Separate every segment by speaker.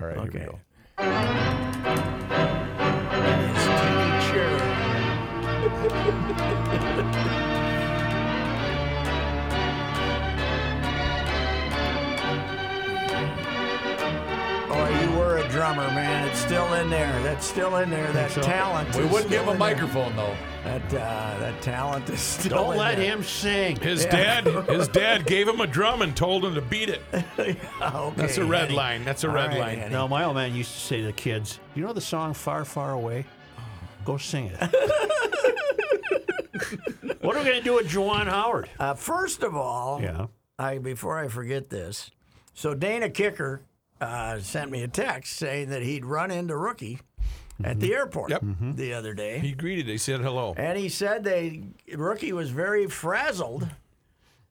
Speaker 1: All right,
Speaker 2: Okay.
Speaker 1: here we go.
Speaker 2: His tiki chair. Boy, you were a drummer, man. It's still in there. That's still in there. That talent.
Speaker 3: We
Speaker 2: is
Speaker 3: wouldn't
Speaker 2: still
Speaker 3: give him a
Speaker 2: in there.
Speaker 3: microphone though.
Speaker 2: That uh, that talent is still.
Speaker 4: Don't
Speaker 2: in
Speaker 4: let
Speaker 2: there.
Speaker 4: him sing.
Speaker 1: His
Speaker 2: Yeah.
Speaker 1: dad, his dad gave him a drum and told him to beat it.
Speaker 2: Okay,
Speaker 1: That's a red
Speaker 2: Henny.
Speaker 1: line. That's a
Speaker 2: All
Speaker 1: red
Speaker 2: right,
Speaker 1: line.
Speaker 2: Henny.
Speaker 4: Now, my old man used to say to the kids, "You know the song Far, Far Away? Go sing it." what are we going to do with Juwan Howard?
Speaker 2: Uh, first of all,
Speaker 4: Yeah.
Speaker 2: I before I forget this, so Dana Kicker uh, sent me a text saying that he'd run into Rookie at the airport
Speaker 1: Mm-hmm. Yep.
Speaker 2: the other day,
Speaker 1: He greeted. He said hello.
Speaker 2: and he said they Rookie was very frazzled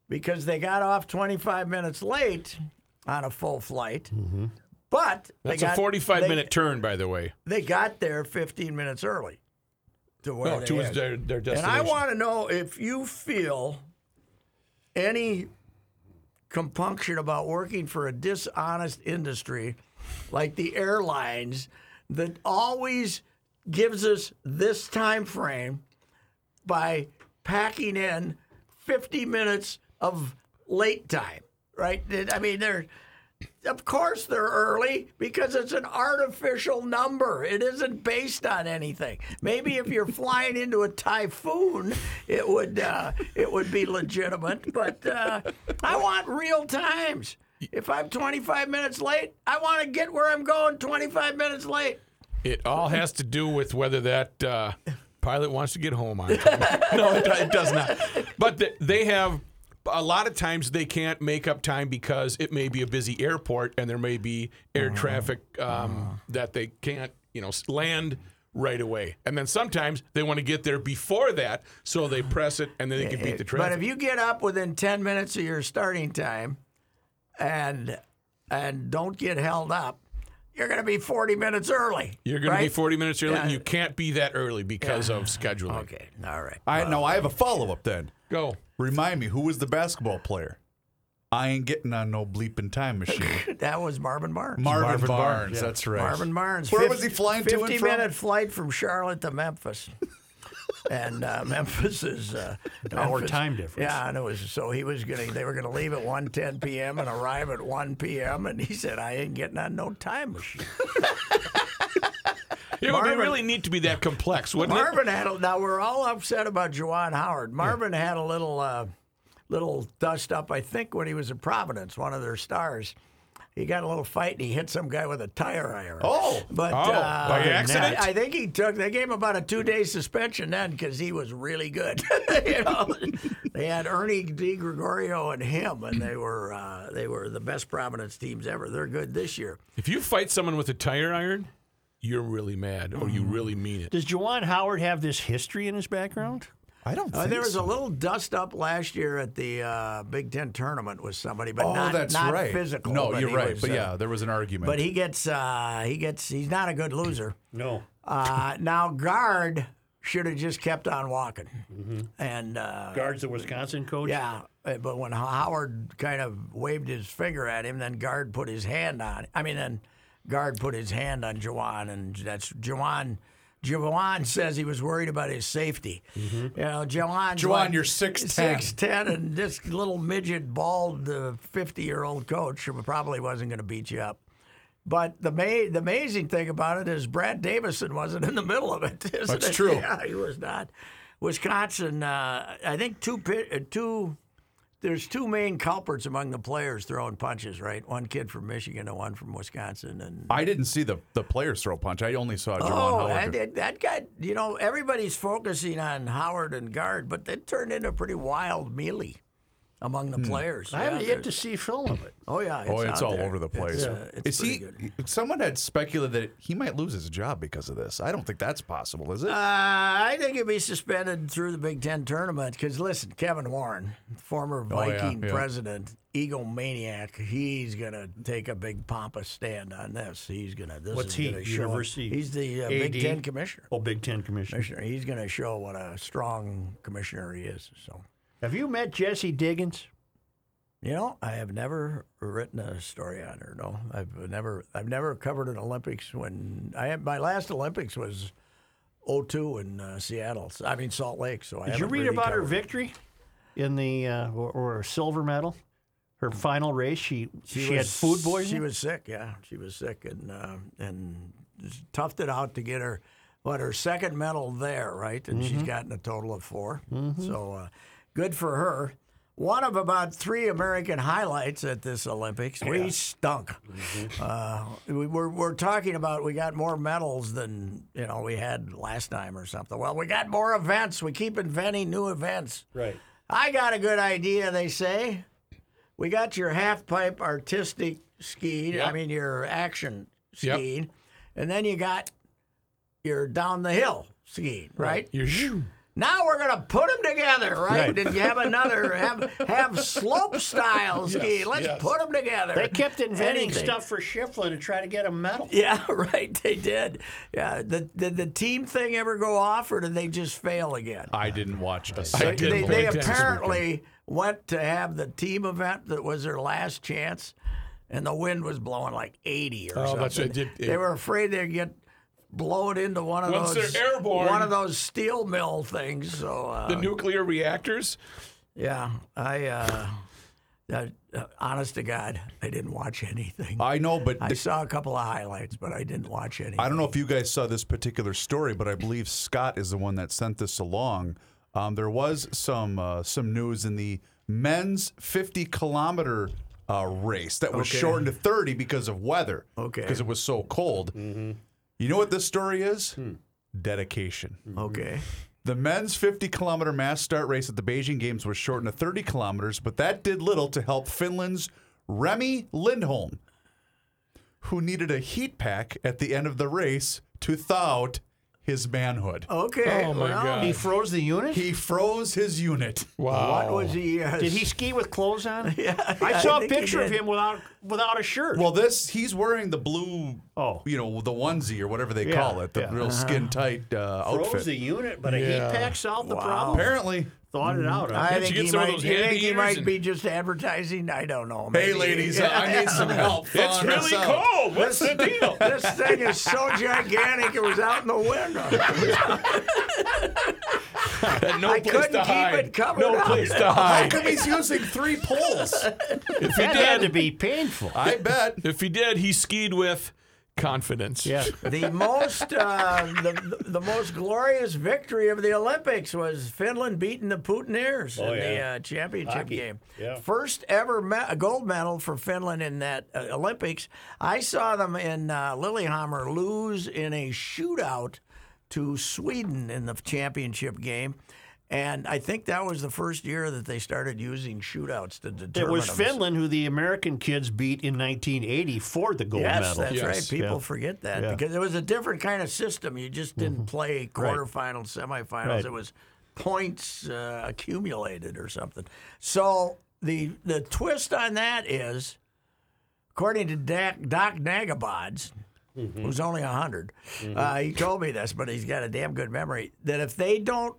Speaker 2: because they got off 25 minutes late on a full flight, but they
Speaker 1: Mm-hmm. That's
Speaker 2: got-
Speaker 1: a 45
Speaker 2: they-
Speaker 1: minute turn, by the way.
Speaker 2: They got there 15 minutes early. To where
Speaker 1: No,
Speaker 2: Oh, they
Speaker 1: to his
Speaker 2: had-
Speaker 1: Oh, their, their
Speaker 2: and
Speaker 1: destination.
Speaker 2: I want to know if you feel any compunction about working for a dishonest industry like the airlines that always gives us this time frame by packing in 50 minutes of late time, right? That- I mean, they're of course they're early because it's an artificial number. It isn't based on anything. Maybe if you're flying into a typhoon, it would uh, it would be legitimate. But uh, I want real times. If I'm 25 minutes late, I want to get where I'm going 25 minutes late.
Speaker 1: It all has to do with whether that uh, pilot wants to get home on time. no, it, do- it does not. But th they have a lot of times they can't make up time because it may be a busy airport and there may be air
Speaker 2: Mm-hmm.
Speaker 1: traffic
Speaker 2: Uh-huh.
Speaker 1: um, that they can't, you know, s- land right away. And then sometimes they want to get there before that, so they press it and then they can beat the
Speaker 2: But
Speaker 1: traffic.
Speaker 2: if you get up within 10 minutes of your starting time and and don't get held up, you're going to be 40 minutes early.
Speaker 1: You're going to be
Speaker 2: right?
Speaker 1: 40 minutes early, and
Speaker 2: Yeah.
Speaker 1: you can't be that early because of scheduling.
Speaker 2: Okay, all right.
Speaker 3: I no, I have a follow up then.
Speaker 1: Go.
Speaker 3: Remind me, who was the basketball player? I ain't getting on no bleeping time machine.
Speaker 2: That was Marvin Barnes.
Speaker 3: Marvin,
Speaker 4: Marvin
Speaker 3: Barnes,
Speaker 4: Barnes, yeah.
Speaker 3: that's right.
Speaker 2: Marvin Barnes.
Speaker 3: Where was he flying to and
Speaker 2: 50
Speaker 3: from?
Speaker 2: minute flight from Charlotte to Memphis. and uh, Memphis is uh,
Speaker 4: hour
Speaker 2: Memphis-
Speaker 4: time difference.
Speaker 2: Yeah, and it was so he was gonna they were gonna leave at 1.10 p.m. and arrive at 1 p.m. and he said I ain't getting on no time machine.
Speaker 1: It would
Speaker 2: Marvin-
Speaker 1: be really neat to be that complex, wouldn't it?
Speaker 2: Marvin had a, now we're all upset about Juwan Howard. Marvin had a little uh, little dust up, I think, when he was at Providence, one of their stars. He got in a little fight and he hit some guy with a tire iron.
Speaker 3: Oh.
Speaker 2: but
Speaker 1: Oh,
Speaker 2: uh,
Speaker 1: by accident?
Speaker 2: I, I think he took. They gave him about a two-day suspension then because he was really good. you know, they had Ernie D. Gregorio and him, and they were uh, they were the best Providence teams ever. They're good this year.
Speaker 1: If you fight someone with a tire iron, you're really mad or
Speaker 2: Mm.
Speaker 1: you really mean it.
Speaker 4: Does Juwan Howard have this history in his background?
Speaker 3: I don't
Speaker 2: Uh,
Speaker 3: think
Speaker 2: there was
Speaker 3: so.
Speaker 2: a little dust up last year at the uh, Big Ten tournament with somebody, but
Speaker 3: Oh,
Speaker 2: not,
Speaker 3: that's
Speaker 2: not
Speaker 3: right.
Speaker 2: physical.
Speaker 3: No,
Speaker 2: but
Speaker 3: you're
Speaker 2: he
Speaker 3: right.
Speaker 2: was,
Speaker 3: but
Speaker 2: uh,
Speaker 3: yeah, there was an argument.
Speaker 2: but he gets uh, he gets he's not a good loser.
Speaker 4: No.
Speaker 2: Uh, now guard should have just kept on walking,
Speaker 3: Mm-hmm.
Speaker 2: and uh,
Speaker 4: Guards the Wisconsin coach.
Speaker 2: yeah. uh, But when Ho- Howard kind of waved his finger at him, then guard put his hand on. I mean, then guard put his hand on Jawan, and that's Jawan. Jawan says he was worried about his safety. You know, Jawan.
Speaker 3: Juwan, you're 6'10".
Speaker 2: Six ten, and this little midget, bald, fifty-year-old coach probably wasn't going to beat you up. But the ma- the amazing thing about it is Brad Davison wasn't in the middle of it. Isn't
Speaker 3: That's
Speaker 2: it?
Speaker 3: true.
Speaker 2: Yeah, he was not. Wisconsin, uh, I think two pi- uh, two. There's two main culprits among the players throwing punches, right? One kid from Michigan and one from Wisconsin, and
Speaker 3: I didn't see the, the players throw punch. I only saw Juwan
Speaker 2: Oh,
Speaker 3: Howard.
Speaker 2: that, that- that guy, you know, everybody's focusing on Howard and Guard, but that turned into a pretty wild melee among the players.
Speaker 4: I
Speaker 2: Yeah,
Speaker 4: haven't
Speaker 2: there's-
Speaker 4: yet to see film of it.
Speaker 2: Oh, yeah. It's
Speaker 3: oh, Hmm. it's
Speaker 2: out
Speaker 3: all
Speaker 2: there.
Speaker 3: over the place.
Speaker 2: It's, uh, it's
Speaker 3: Is he?
Speaker 2: pretty good.
Speaker 3: Someone had speculated that he might lose his job because of this. I don't think that's possible, is it?
Speaker 2: Uh, I think he'd be suspended through the Big Ten tournament because, listen, Kevin Warren, former
Speaker 4: Oh,
Speaker 3: yeah,
Speaker 2: Viking
Speaker 3: yeah.
Speaker 2: president, egomaniac, he's going to take a big pompous stand on this. He's going to.
Speaker 4: What's he, university
Speaker 2: He's the uh,
Speaker 4: AD?
Speaker 2: Big Ten commissioner.
Speaker 4: Oh, Big Ten commissioner.
Speaker 2: Commissioner. He's going to show what a strong commissioner he is. So
Speaker 4: Have you met Jesse Diggins?
Speaker 2: You know, I have never written a story on her. No, I've never, I've never covered an Olympics. When I had my last Olympics was 02 in uh, Seattle. So- I mean Salt Lake. So I
Speaker 4: Did you
Speaker 2: haven't
Speaker 4: read
Speaker 2: really
Speaker 4: about her
Speaker 2: covered-
Speaker 4: victory in the uh, or, or her silver medal? Her final race, she she, had
Speaker 2: was-
Speaker 4: food poisoning.
Speaker 2: She was sick. Yeah, she was sick, and uh, and toughed it out to get her, what her second medal there, right? And
Speaker 4: Mm-hmm.
Speaker 2: she's gotten a total of 4 So uh, good for her. One of about three American highlights at this Olympics. We stunk.
Speaker 4: Mm-hmm.
Speaker 2: Uh, we were, we're talking about we got more medals than you know we had last time or something. Well, we got more events. We keep inventing new events.
Speaker 4: right.
Speaker 2: I got a good idea, they say. We got your half pipe artistic skiing, I
Speaker 1: Yep.
Speaker 2: mean, your action
Speaker 1: Yep.
Speaker 2: skiing. And then you got your down the hill skiing, right?
Speaker 1: You're shoo.
Speaker 2: Now we're going to put them together, right?
Speaker 4: Right.
Speaker 2: And you have another, have, have slope style skiing. Let's
Speaker 1: yes.
Speaker 2: put them together.
Speaker 4: They kept inventing
Speaker 2: Anything.
Speaker 4: stuff for Shiflin to try to get a medal.
Speaker 2: Yeah, right. They did. Yeah. The, did the team thing ever go off, or did they just fail again?
Speaker 3: I didn't watch a
Speaker 1: I
Speaker 3: second.
Speaker 1: did
Speaker 2: they,
Speaker 1: the
Speaker 2: they
Speaker 1: Olympics this
Speaker 2: apparently went to have the team event that was their last chance, and the wind was blowing like 80 or
Speaker 1: Oh,
Speaker 2: something.
Speaker 1: that's- it did- it-
Speaker 2: they were afraid they'd get blown into one of
Speaker 1: Once
Speaker 2: those
Speaker 1: they're airborne-
Speaker 2: one of those steel mill things. So uh,
Speaker 1: The nuclear reactors.
Speaker 2: yeah, I uh, uh, uh, honest to God, I didn't watch anything.
Speaker 3: I know, but
Speaker 2: I
Speaker 3: the-
Speaker 2: saw a couple of highlights, but I didn't watch anything.
Speaker 3: I don't know if you guys saw this particular story, but I believe Scott is the one that sent this along. Um, there was some uh, some news in the men's 50 kilometer uh, race that was
Speaker 2: Okay.
Speaker 3: shortened to 30 because of weather.
Speaker 2: Okay. Mm-hmm.
Speaker 3: Because it was so cold. You know what this story is?
Speaker 2: Hmm.
Speaker 3: Dedication.
Speaker 2: Okay.
Speaker 3: The men's 50 kilometer mass start race at the Beijing Games was shortened to 30 kilometers, but that did little to help Finland's Remy Lindholm, who needed a heat pack at the end of the race to thaw out his manhood.
Speaker 2: Okay.
Speaker 1: Oh my
Speaker 2: well,
Speaker 1: God.
Speaker 4: He froze the unit.
Speaker 3: He froze his unit.
Speaker 1: Wow.
Speaker 2: What was he? Uh,
Speaker 4: did he ski with clothes on?
Speaker 2: Yeah,
Speaker 4: I
Speaker 2: I
Speaker 4: saw a
Speaker 2: think he
Speaker 4: picture of
Speaker 2: did.
Speaker 4: him without without a shirt.
Speaker 3: Well, this, he's wearing the blue,
Speaker 4: Oh.
Speaker 3: you know, the onesie or whatever they
Speaker 4: Yeah,
Speaker 3: call it, the
Speaker 4: yeah.
Speaker 3: real skin tight uh,
Speaker 4: froze
Speaker 3: outfit.
Speaker 4: the unit, but a
Speaker 1: Yeah.
Speaker 4: heat pack solved the
Speaker 2: Wow.
Speaker 4: problem.
Speaker 3: Apparently,
Speaker 4: Thought it out. huh?
Speaker 2: I
Speaker 1: Did
Speaker 2: think
Speaker 1: you get
Speaker 2: he
Speaker 1: some of
Speaker 2: might,
Speaker 1: those
Speaker 2: you think
Speaker 1: hand
Speaker 2: he
Speaker 1: heaters
Speaker 2: might
Speaker 1: and-
Speaker 2: be just advertising. I don't know.
Speaker 3: hey,
Speaker 2: maybe.
Speaker 3: ladies, uh, I need some help.
Speaker 1: It's
Speaker 3: thawing us
Speaker 1: really
Speaker 3: out.
Speaker 1: cold. What's the deal?
Speaker 2: This thing is so gigantic, it was out in the window.
Speaker 1: no
Speaker 2: I
Speaker 1: place
Speaker 2: couldn't
Speaker 1: to
Speaker 2: keep
Speaker 1: hide.
Speaker 2: it covered
Speaker 1: no
Speaker 2: up.
Speaker 1: place to
Speaker 3: How
Speaker 1: hide.
Speaker 3: come he's using three poles?
Speaker 1: if he
Speaker 4: that had to
Speaker 1: did,
Speaker 4: be painful.
Speaker 3: I bet.
Speaker 1: if he did, he skied with confidence.
Speaker 4: yeah.
Speaker 2: The most, uh, the, the most glorious victory of the Olympics was Finland beating the Putiners in the
Speaker 4: Oh, yeah.
Speaker 2: uh, championship
Speaker 4: Hockey.
Speaker 2: game.
Speaker 4: Yeah.
Speaker 2: First ever me- gold medal for Finland in that uh, Olympics. I saw them in uh, Lillehammer lose in a shootout to Sweden in the championship game. And I think that was the first year that they started using shootouts to
Speaker 4: It
Speaker 2: determine.
Speaker 4: was
Speaker 2: them.
Speaker 4: Finland who the American kids beat in 1980 for the gold
Speaker 2: yes,
Speaker 4: medal.
Speaker 2: that's
Speaker 1: Yes.
Speaker 2: right. People
Speaker 4: Yeah.
Speaker 2: forget that
Speaker 4: Yeah. Mm-hmm.
Speaker 2: because it was a different kind of system. You just didn't play quarterfinals, semifinals.
Speaker 4: Right.
Speaker 2: It was points uh, accumulated or something. So the the twist on that is, according to Doc, Doc Nagabods,
Speaker 4: Mm-hmm.
Speaker 2: who's only 100, uh, he told me this, but he's got a damn good memory, that if they don't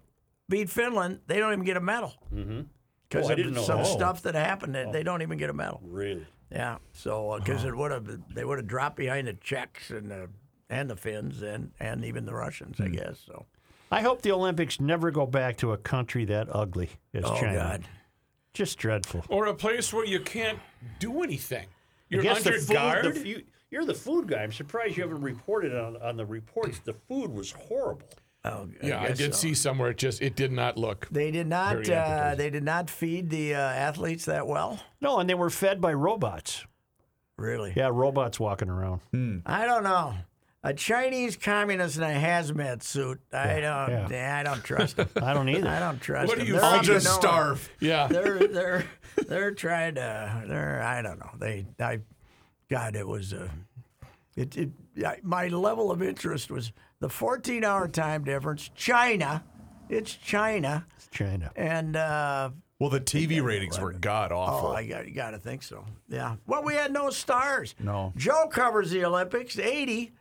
Speaker 2: beat Finland, they don't even get a medal. Because
Speaker 4: Oh, I
Speaker 2: of
Speaker 4: didn't know
Speaker 2: some
Speaker 4: that.
Speaker 2: stuff that happened, they- they don't even get a medal.
Speaker 4: Really?
Speaker 2: Yeah. So
Speaker 4: Uh-huh.
Speaker 2: because it would have they would have dropped behind the Czechs and the and the Finns and and even the Russians,
Speaker 4: Hmm.
Speaker 2: I guess. So.
Speaker 4: I hope the Olympics never go back to a country that ugly as
Speaker 2: Oh
Speaker 4: China.
Speaker 2: God.
Speaker 4: Just dreadful.
Speaker 1: Or a place where you can't do anything. You're
Speaker 5: Yes,
Speaker 1: under guard.
Speaker 5: you, you're the food guy. I'm surprised you haven't reported on, on the reports. The food was horrible.
Speaker 2: Oh, I
Speaker 1: yeah, I,
Speaker 2: guess
Speaker 1: did
Speaker 2: so.
Speaker 1: see somewhere. It just it did not look.
Speaker 2: They did not.
Speaker 1: Very
Speaker 2: Uh,
Speaker 1: appetizing.
Speaker 2: they did not feed the uh, athletes that well.
Speaker 4: No, and they were fed by robots.
Speaker 2: Really.
Speaker 4: Yeah, robots walking around.
Speaker 2: I don't know. A Chinese communist in a hazmat suit. I don't. I don't trust him.
Speaker 4: I don't either.
Speaker 2: I don't trust
Speaker 1: What do
Speaker 2: him.
Speaker 1: you
Speaker 2: They're
Speaker 1: feed
Speaker 3: I'll
Speaker 2: up to
Speaker 3: just
Speaker 2: no one.
Speaker 3: starve.
Speaker 1: Yeah,
Speaker 2: They're they're they're trying to. They're I don't know. They I, God, it was a. It, it I, my level of interest was the 14-hour time difference. China, it's China,
Speaker 4: It's China.
Speaker 2: and uh,
Speaker 3: Well, the TV ratings were god awful.
Speaker 2: oh, I got, got to think so. Yeah. Well, we had no stars.
Speaker 3: No.
Speaker 2: Joe covers the Olympics. 80.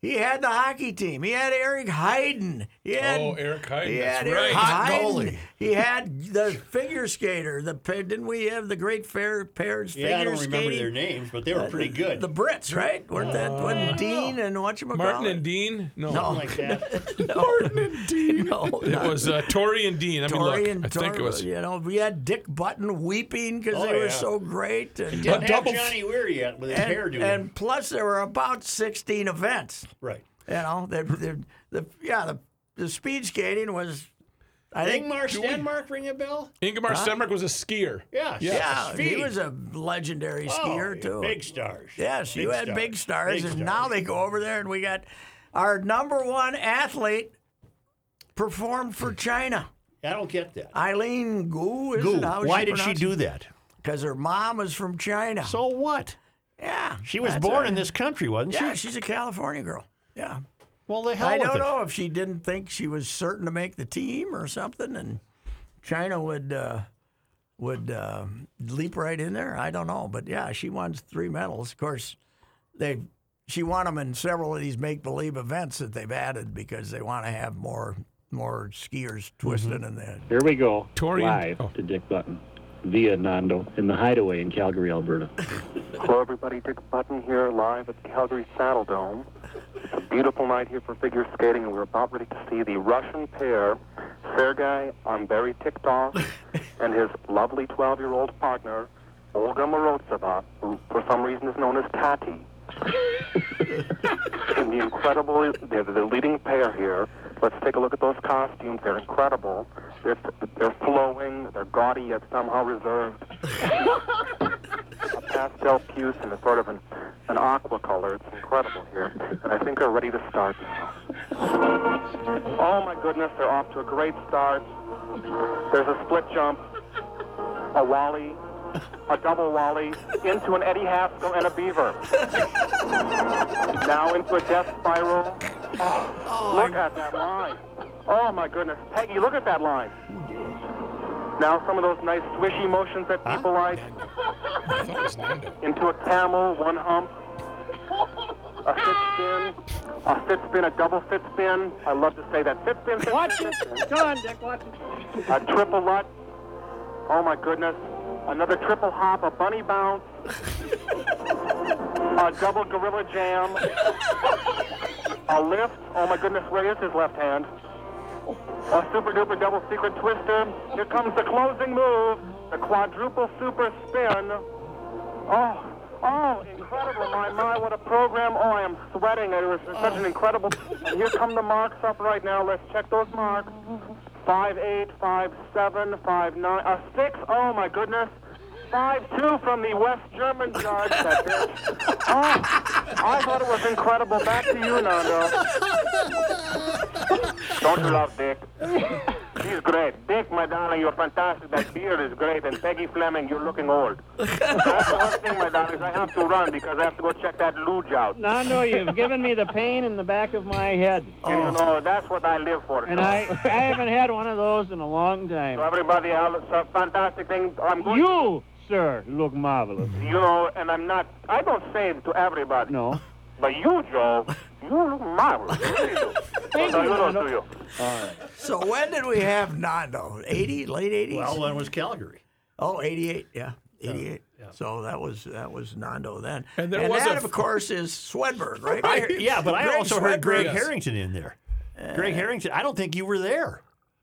Speaker 2: He had the hockey team. He had Eric Heiden. He had,
Speaker 1: Oh, Eric Heiden,
Speaker 2: He
Speaker 1: that's
Speaker 2: had Eric
Speaker 1: right.
Speaker 3: Hot
Speaker 2: Heiden.
Speaker 3: goalie.
Speaker 2: He had the figure skater. The pair- didn't we have the great fair pairs
Speaker 5: Yeah, I
Speaker 2: figure
Speaker 5: don't remember
Speaker 2: skating?
Speaker 5: their names, but they were pretty good.
Speaker 2: The Brits, right? Weren't
Speaker 1: Uh,
Speaker 2: that wasn't Dean and what
Speaker 1: Martin and Dean? No.
Speaker 2: No.
Speaker 5: like that.
Speaker 2: Martin and Dean. No,
Speaker 1: It
Speaker 2: not
Speaker 1: was uh, Tori and Dean. I mean,
Speaker 2: Torrey
Speaker 1: look,
Speaker 2: and
Speaker 1: I think it
Speaker 2: Tor-
Speaker 1: was.
Speaker 2: You know, we had Dick Button weeping because
Speaker 5: Oh,
Speaker 2: they were
Speaker 5: yeah.
Speaker 2: so great. And,
Speaker 1: A
Speaker 5: Didn't have
Speaker 1: double-
Speaker 5: Johnny Weir yet with his
Speaker 2: and,
Speaker 5: hairdo.
Speaker 2: and plus, there were about 16 events.
Speaker 5: right.
Speaker 2: You know, the, the, the yeah, the, the speed skating was, I think,
Speaker 5: Ingmar Stenmark ring a bell?
Speaker 1: Ingemar Stenmark was a skier.
Speaker 5: Yeah.
Speaker 2: yeah, he
Speaker 5: Speed.
Speaker 2: was a legendary
Speaker 5: Oh,
Speaker 2: skier too.
Speaker 5: Big stars.
Speaker 2: Yes, you had big stars,
Speaker 5: Big
Speaker 2: and now they go over there, and we got our number one athlete performed for China.
Speaker 5: I don't get that.
Speaker 2: Eileen Gu, is
Speaker 4: Ooh,
Speaker 2: it how
Speaker 4: why did she do that?
Speaker 2: Because her mom is from China.
Speaker 4: So what?
Speaker 2: yeah,
Speaker 4: She was
Speaker 2: that's
Speaker 4: born
Speaker 2: right.
Speaker 4: in this country, wasn't
Speaker 2: Yeah,
Speaker 4: she?
Speaker 2: she's a California girl. Yeah,
Speaker 4: Well, the hell
Speaker 2: I
Speaker 4: with
Speaker 2: don't
Speaker 4: it.
Speaker 2: know if she didn't think she was certain to make the team or something, and China would uh, would uh, leap right in there. I don't know, but yeah, she won three medals. Of course, they she won them in several of these make believe events that they've added because they want to have more more skiers
Speaker 4: Mm-hmm.
Speaker 2: twisted in there.
Speaker 6: Here we go.
Speaker 1: Torian-
Speaker 6: live
Speaker 1: oh.
Speaker 6: to Dick Button via Nando in the hideaway in Calgary, Alberta.
Speaker 7: Hello, everybody. Dick Button here, live at the Calgary Saddle Dome. It's a beautiful night here for figure skating, and we're about ready to see the Russian pair, Sergei Amberi Tiktov and his lovely 12-year-old partner, Olga Morozova, who for some reason is known as Tati. and the incredible, they're the leading pair here. Let's take a look at those costumes. They're incredible. They're, they're flowing, they're gaudy, yet somehow reserved pastel puce and a sort of an, an aqua color. It's incredible here. And I think they're ready to start now. Oh my goodness, they're off to a great start. There's a split jump, a wally, a double wally, into an Eddie Haskell and a beaver. Now into a death spiral. Oh, look at that line. Oh my goodness. Peggy, look at that line. Now some of those nice swishy motions that people like
Speaker 1: I thought it was Nando.
Speaker 7: into a camel, one hump, a fit spin, a fit spin, a double fit spin. I love to say that. Fit spin, fit watch spin, it. Spin. Go on, Dick, watch it. A triple lutz. Oh my goodness. Another triple hop, a bunny bounce, a double gorilla jam, a lift. Oh my goodness, where is his left hand? A super duper double secret twister. Here comes the closing move, the quadruple super spin. Oh, oh, incredible. My, my, what a program. Oh, I am sweating. It was such an incredible. And here come the marks up right now. Let's check those marks. Five eight, five seven, five nine, a six. Oh my goodness, five two from the West German judge. That bitch. Oh, I thought it was incredible. Back to you, Nando. Don't you love Dick? He's great. Dick, my darling, you're fantastic. That beard is great. And Peggy Fleming, you're looking old. That's the worst thing, my darling, is I have to run because I have to go check that luge out.
Speaker 8: No, no, you've given me the pain in the back of my head.
Speaker 7: And you know, that's what I live for.
Speaker 8: Oh. And I, I haven't had one of those in a long
Speaker 7: So
Speaker 8: time.
Speaker 7: everybody else, a fantastic thing. I'm going
Speaker 8: You, sir, look marvelous.
Speaker 7: you know, and I'm not, I don't say it to everybody.
Speaker 8: No.
Speaker 7: But you, Joe, you look marvelous. You really do. So you know, to you.
Speaker 2: So when did we have Nando? 80, late 80s?
Speaker 5: Well, one was Calgary.
Speaker 2: Oh, 88, yeah. 88. So that was that was Nando then.
Speaker 1: And there was a
Speaker 2: that,
Speaker 1: f-
Speaker 2: of course, is Swedberg, right?
Speaker 4: Yeah, but I
Speaker 2: Greg
Speaker 4: also heard Greg
Speaker 2: Swedberg.
Speaker 4: Harrington in there. Greg Harrington. I don't think you were there.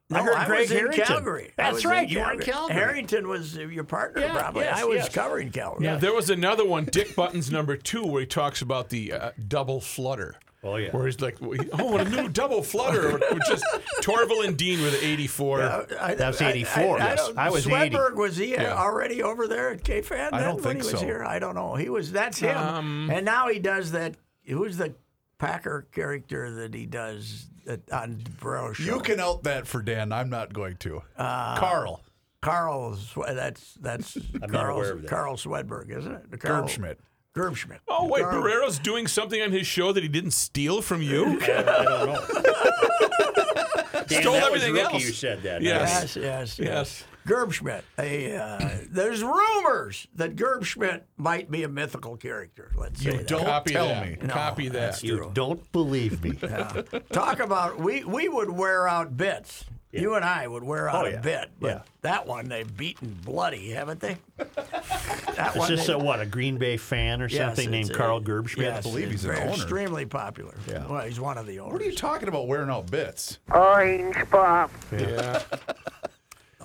Speaker 2: No,
Speaker 4: I heard Greg
Speaker 2: was
Speaker 4: Harrington.
Speaker 2: in Calgary. I was
Speaker 4: That's right. You were in
Speaker 2: Calgary.
Speaker 4: Calgary.
Speaker 2: Harrington was uh, your partner,
Speaker 4: Yeah,
Speaker 2: probably.
Speaker 4: yes,
Speaker 2: I was
Speaker 4: yes.
Speaker 2: covering Calgary.
Speaker 1: Now, there was another one, Dick Button's number two, where he talks about the uh, double flutter.
Speaker 5: Oh, yeah.
Speaker 1: Where he's like, oh, what a new double flutter. Which is Torval and Dean with 84.
Speaker 2: I,
Speaker 4: That's
Speaker 2: I-
Speaker 4: 84, yes.
Speaker 2: don't-
Speaker 4: I was 80.
Speaker 2: Swedberg, was he already over there at KFan?
Speaker 3: I
Speaker 2: then
Speaker 3: don't
Speaker 2: when
Speaker 3: think
Speaker 2: he was
Speaker 3: so.
Speaker 2: here? I don't know. He was. That's him.
Speaker 4: Um,
Speaker 2: and now he does that. Who's the Packer character that he does that on Bro Show?
Speaker 3: You can out that for Dan. I'm not going to.
Speaker 2: Uh,
Speaker 3: Carl
Speaker 2: oh. Carl's. That's that's
Speaker 5: not
Speaker 2: Carl.
Speaker 5: aware of that.
Speaker 2: Carl Swedberg, isn't it? Carl,
Speaker 3: Gerbschmidt.
Speaker 2: Gerbschmidt.
Speaker 1: Oh, wait,
Speaker 2: Carl-
Speaker 1: Barrero's doing something on his show that he didn't steal from you?
Speaker 5: I don't know. Dan,
Speaker 1: Stole
Speaker 5: that
Speaker 1: everything
Speaker 5: was Ricky
Speaker 1: else.
Speaker 5: who said that.
Speaker 1: Yes.
Speaker 2: Yes, yes,
Speaker 1: Yes.
Speaker 2: yes. Gerbschmidt. A, uh, there's rumors that Gerbschmidt might be a mythical character. Let's say that.
Speaker 3: don't
Speaker 1: Copy
Speaker 3: tell
Speaker 1: that.
Speaker 3: me.
Speaker 2: No,
Speaker 1: Copy that.
Speaker 2: that's
Speaker 4: You don't believe me.
Speaker 2: Talk about we we would wear out bits. You and I would wear out
Speaker 5: Oh,
Speaker 2: a
Speaker 5: yeah.
Speaker 2: bit, but
Speaker 4: Yeah.
Speaker 2: that one they've beaten bloody, haven't they? That
Speaker 4: It's just a what a Green Bay fan or
Speaker 2: yes,
Speaker 4: something
Speaker 2: it's
Speaker 4: named
Speaker 2: a-
Speaker 4: Carl Gerbschmidt.
Speaker 2: yes,
Speaker 3: believe
Speaker 2: it's
Speaker 3: he's an
Speaker 2: very-
Speaker 3: owner.
Speaker 2: Extremely popular. Well, he's one of the owners.
Speaker 3: What are you talking about wearing out bits?
Speaker 8: Orange pop.
Speaker 1: Yeah.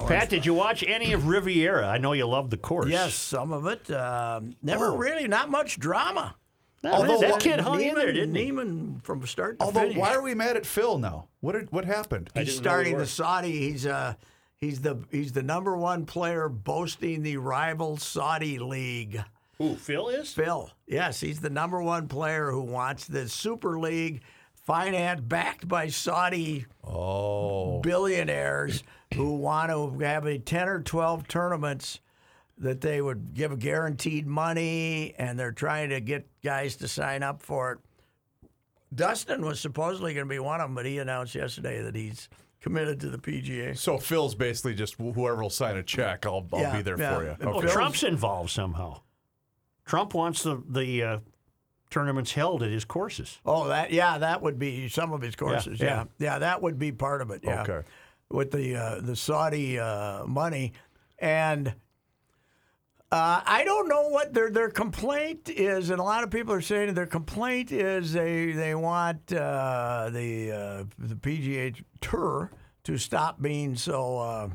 Speaker 4: Pat, did you watch any of Riviera? I know you love the course.
Speaker 2: Yes, some of it. Um, never really, not much drama.
Speaker 4: That,
Speaker 3: Although
Speaker 4: that
Speaker 3: what-
Speaker 4: kid hung in there,
Speaker 2: Neiman-
Speaker 4: didn't he?
Speaker 2: Neiman from start to
Speaker 3: Although,
Speaker 2: finish.
Speaker 3: why are we mad at Phil now? What did, what happened?
Speaker 2: he's
Speaker 5: didn't know we
Speaker 2: starting
Speaker 5: were.
Speaker 2: the Saudi. He's uh he's the he's the number one player boasting the rival Saudi league.
Speaker 5: Who Phil is?
Speaker 2: Phil, yes, he's the number one player who wants the Super League finance backed by Saudi
Speaker 3: Oh.
Speaker 2: billionaires who want to have a ten or twelve tournaments that they would give guaranteed money, and they're trying to get guys to sign up for it. Dustin was supposedly going to be one of them, but he announced yesterday that he's committed to the PGA.
Speaker 3: So Phil's basically just wh- whoever will sign a check, I'll, I'll
Speaker 2: Yeah,
Speaker 3: be there
Speaker 2: yeah.
Speaker 3: for you.
Speaker 2: Well,
Speaker 4: Well,
Speaker 3: Okay.
Speaker 2: Phil-
Speaker 4: Oh, Trump's involved somehow. Trump wants the the uh, tournaments held at his courses.
Speaker 2: Oh, that yeah, that would be some of his courses. Yeah, yeah,
Speaker 4: yeah.
Speaker 2: that would be part of it. Yeah.
Speaker 3: Okay.
Speaker 2: with the uh, the Saudi uh, money, and uh, I don't know what their their complaint is, and a lot of people are saying their complaint is they they want uh, the uh, the PGA Tour to stop being so uh,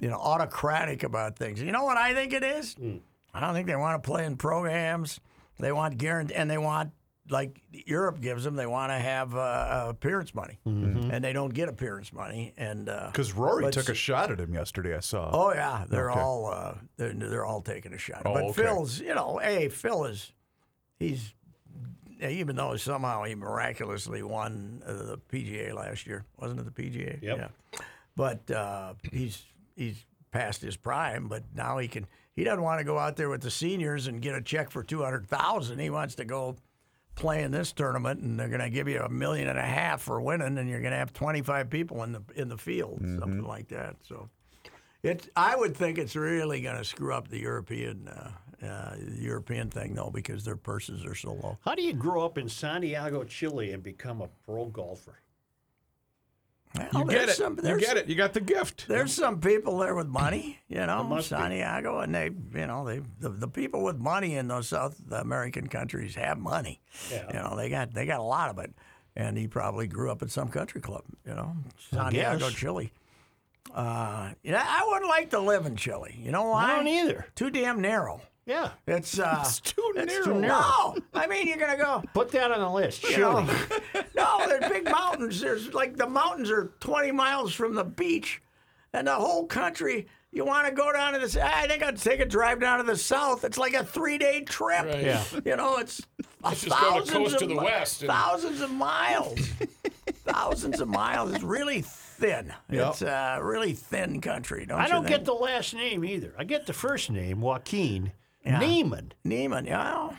Speaker 2: you know autocratic about things. You know what I think it is?
Speaker 3: Hmm.
Speaker 2: I don't think they want to play in programs. They want guarantee, and they want like Europe gives them. They want to have uh, uh, appearance money,
Speaker 3: Mm-hmm.
Speaker 2: and they don't get appearance money. And uh,
Speaker 3: Because Rory
Speaker 2: Let's-
Speaker 3: took a shot at him yesterday, I saw.
Speaker 2: oh yeah, they're all uh, they're, they're all taking a shot.
Speaker 3: Oh,
Speaker 2: but
Speaker 3: okay.
Speaker 2: Phil's, you know, hey, Phil is he's even though somehow he miraculously won uh, the PGA last year, wasn't it the PGA?
Speaker 5: Yep.
Speaker 2: Yeah. But uh, he's he's past his prime, but now he can. He doesn't want to go out there with the seniors and get a check for two hundred thousand. He wants to go play in this tournament, and they're going to give you a million and a half for winning, and you're going to have twenty five people in the in the field, something like that. So. It's, I would think it's really going to screw up the European uh, uh, European thing though because their purses are so low.
Speaker 4: How do you grow
Speaker 5: Grow up in Santiago, Chile, and become a pro golfer.
Speaker 2: Well,
Speaker 1: You get
Speaker 2: oh, there's
Speaker 1: it.
Speaker 2: Some,
Speaker 1: you
Speaker 2: there's-
Speaker 1: get it. You got the gift.
Speaker 2: There's some people there with money, you know,
Speaker 5: must be.
Speaker 2: Santiago, and they, you know, they the, the people with money in those South American countries have money.
Speaker 5: Yeah.
Speaker 2: You know, they got they got a lot of it, and he probably grew up at some country club, you know, Santiago,
Speaker 4: guess.
Speaker 2: Chile. Uh, you know, I wouldn't like to live in Chile. You know why?
Speaker 4: I don't either.
Speaker 2: Too damn narrow.
Speaker 4: Yeah.
Speaker 2: It's uh, it's
Speaker 3: too narrow.
Speaker 2: too narrow. No, I mean you're gonna go.
Speaker 4: Put that on the list.
Speaker 2: You
Speaker 4: Surely.
Speaker 2: know, no, there's big mountains. There's like the mountains are 20 miles from the beach, and the whole country. You want to go down to the? I think I'd take a drive down to the south. It's like a three-day trip.
Speaker 1: Right.
Speaker 4: Yeah.
Speaker 2: You know, it's
Speaker 1: just go to
Speaker 2: thousands
Speaker 1: coast
Speaker 2: of
Speaker 1: to the
Speaker 2: mi-
Speaker 1: west and-
Speaker 2: thousands of miles, thousands of miles. It's really thin. It's uh, really thin country. Don't
Speaker 4: I
Speaker 2: you
Speaker 4: don't
Speaker 2: think?
Speaker 4: get the last name either. I get the first name, Joaquin Neiman.
Speaker 2: Neiman, yeah.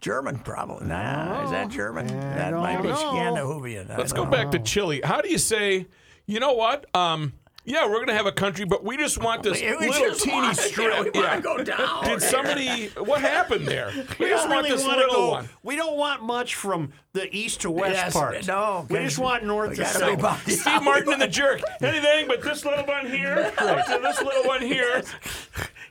Speaker 2: German, probably. Nah, is that German? that might be
Speaker 4: don't know.
Speaker 2: Scandinavian. I
Speaker 1: Oh. Let's go
Speaker 2: don't
Speaker 1: back to Chile. How do you say, you know what? Um, yeah, we're gonna have a country, but we just want this
Speaker 2: know. We
Speaker 1: little
Speaker 2: just
Speaker 1: teeny
Speaker 2: wanna-
Speaker 1: strip.
Speaker 2: We want to go down.
Speaker 1: Did somebody? What happened there? We just want this
Speaker 4: wanna
Speaker 1: little one.
Speaker 4: We don't want much from the east to west
Speaker 2: Yes,
Speaker 4: part.
Speaker 2: no,
Speaker 4: we
Speaker 2: okay.
Speaker 4: just want north
Speaker 2: We
Speaker 4: to
Speaker 2: gotta
Speaker 4: south.
Speaker 2: be about-
Speaker 1: Steve Martin and the Jerk. Anything but this little one here to this little one here.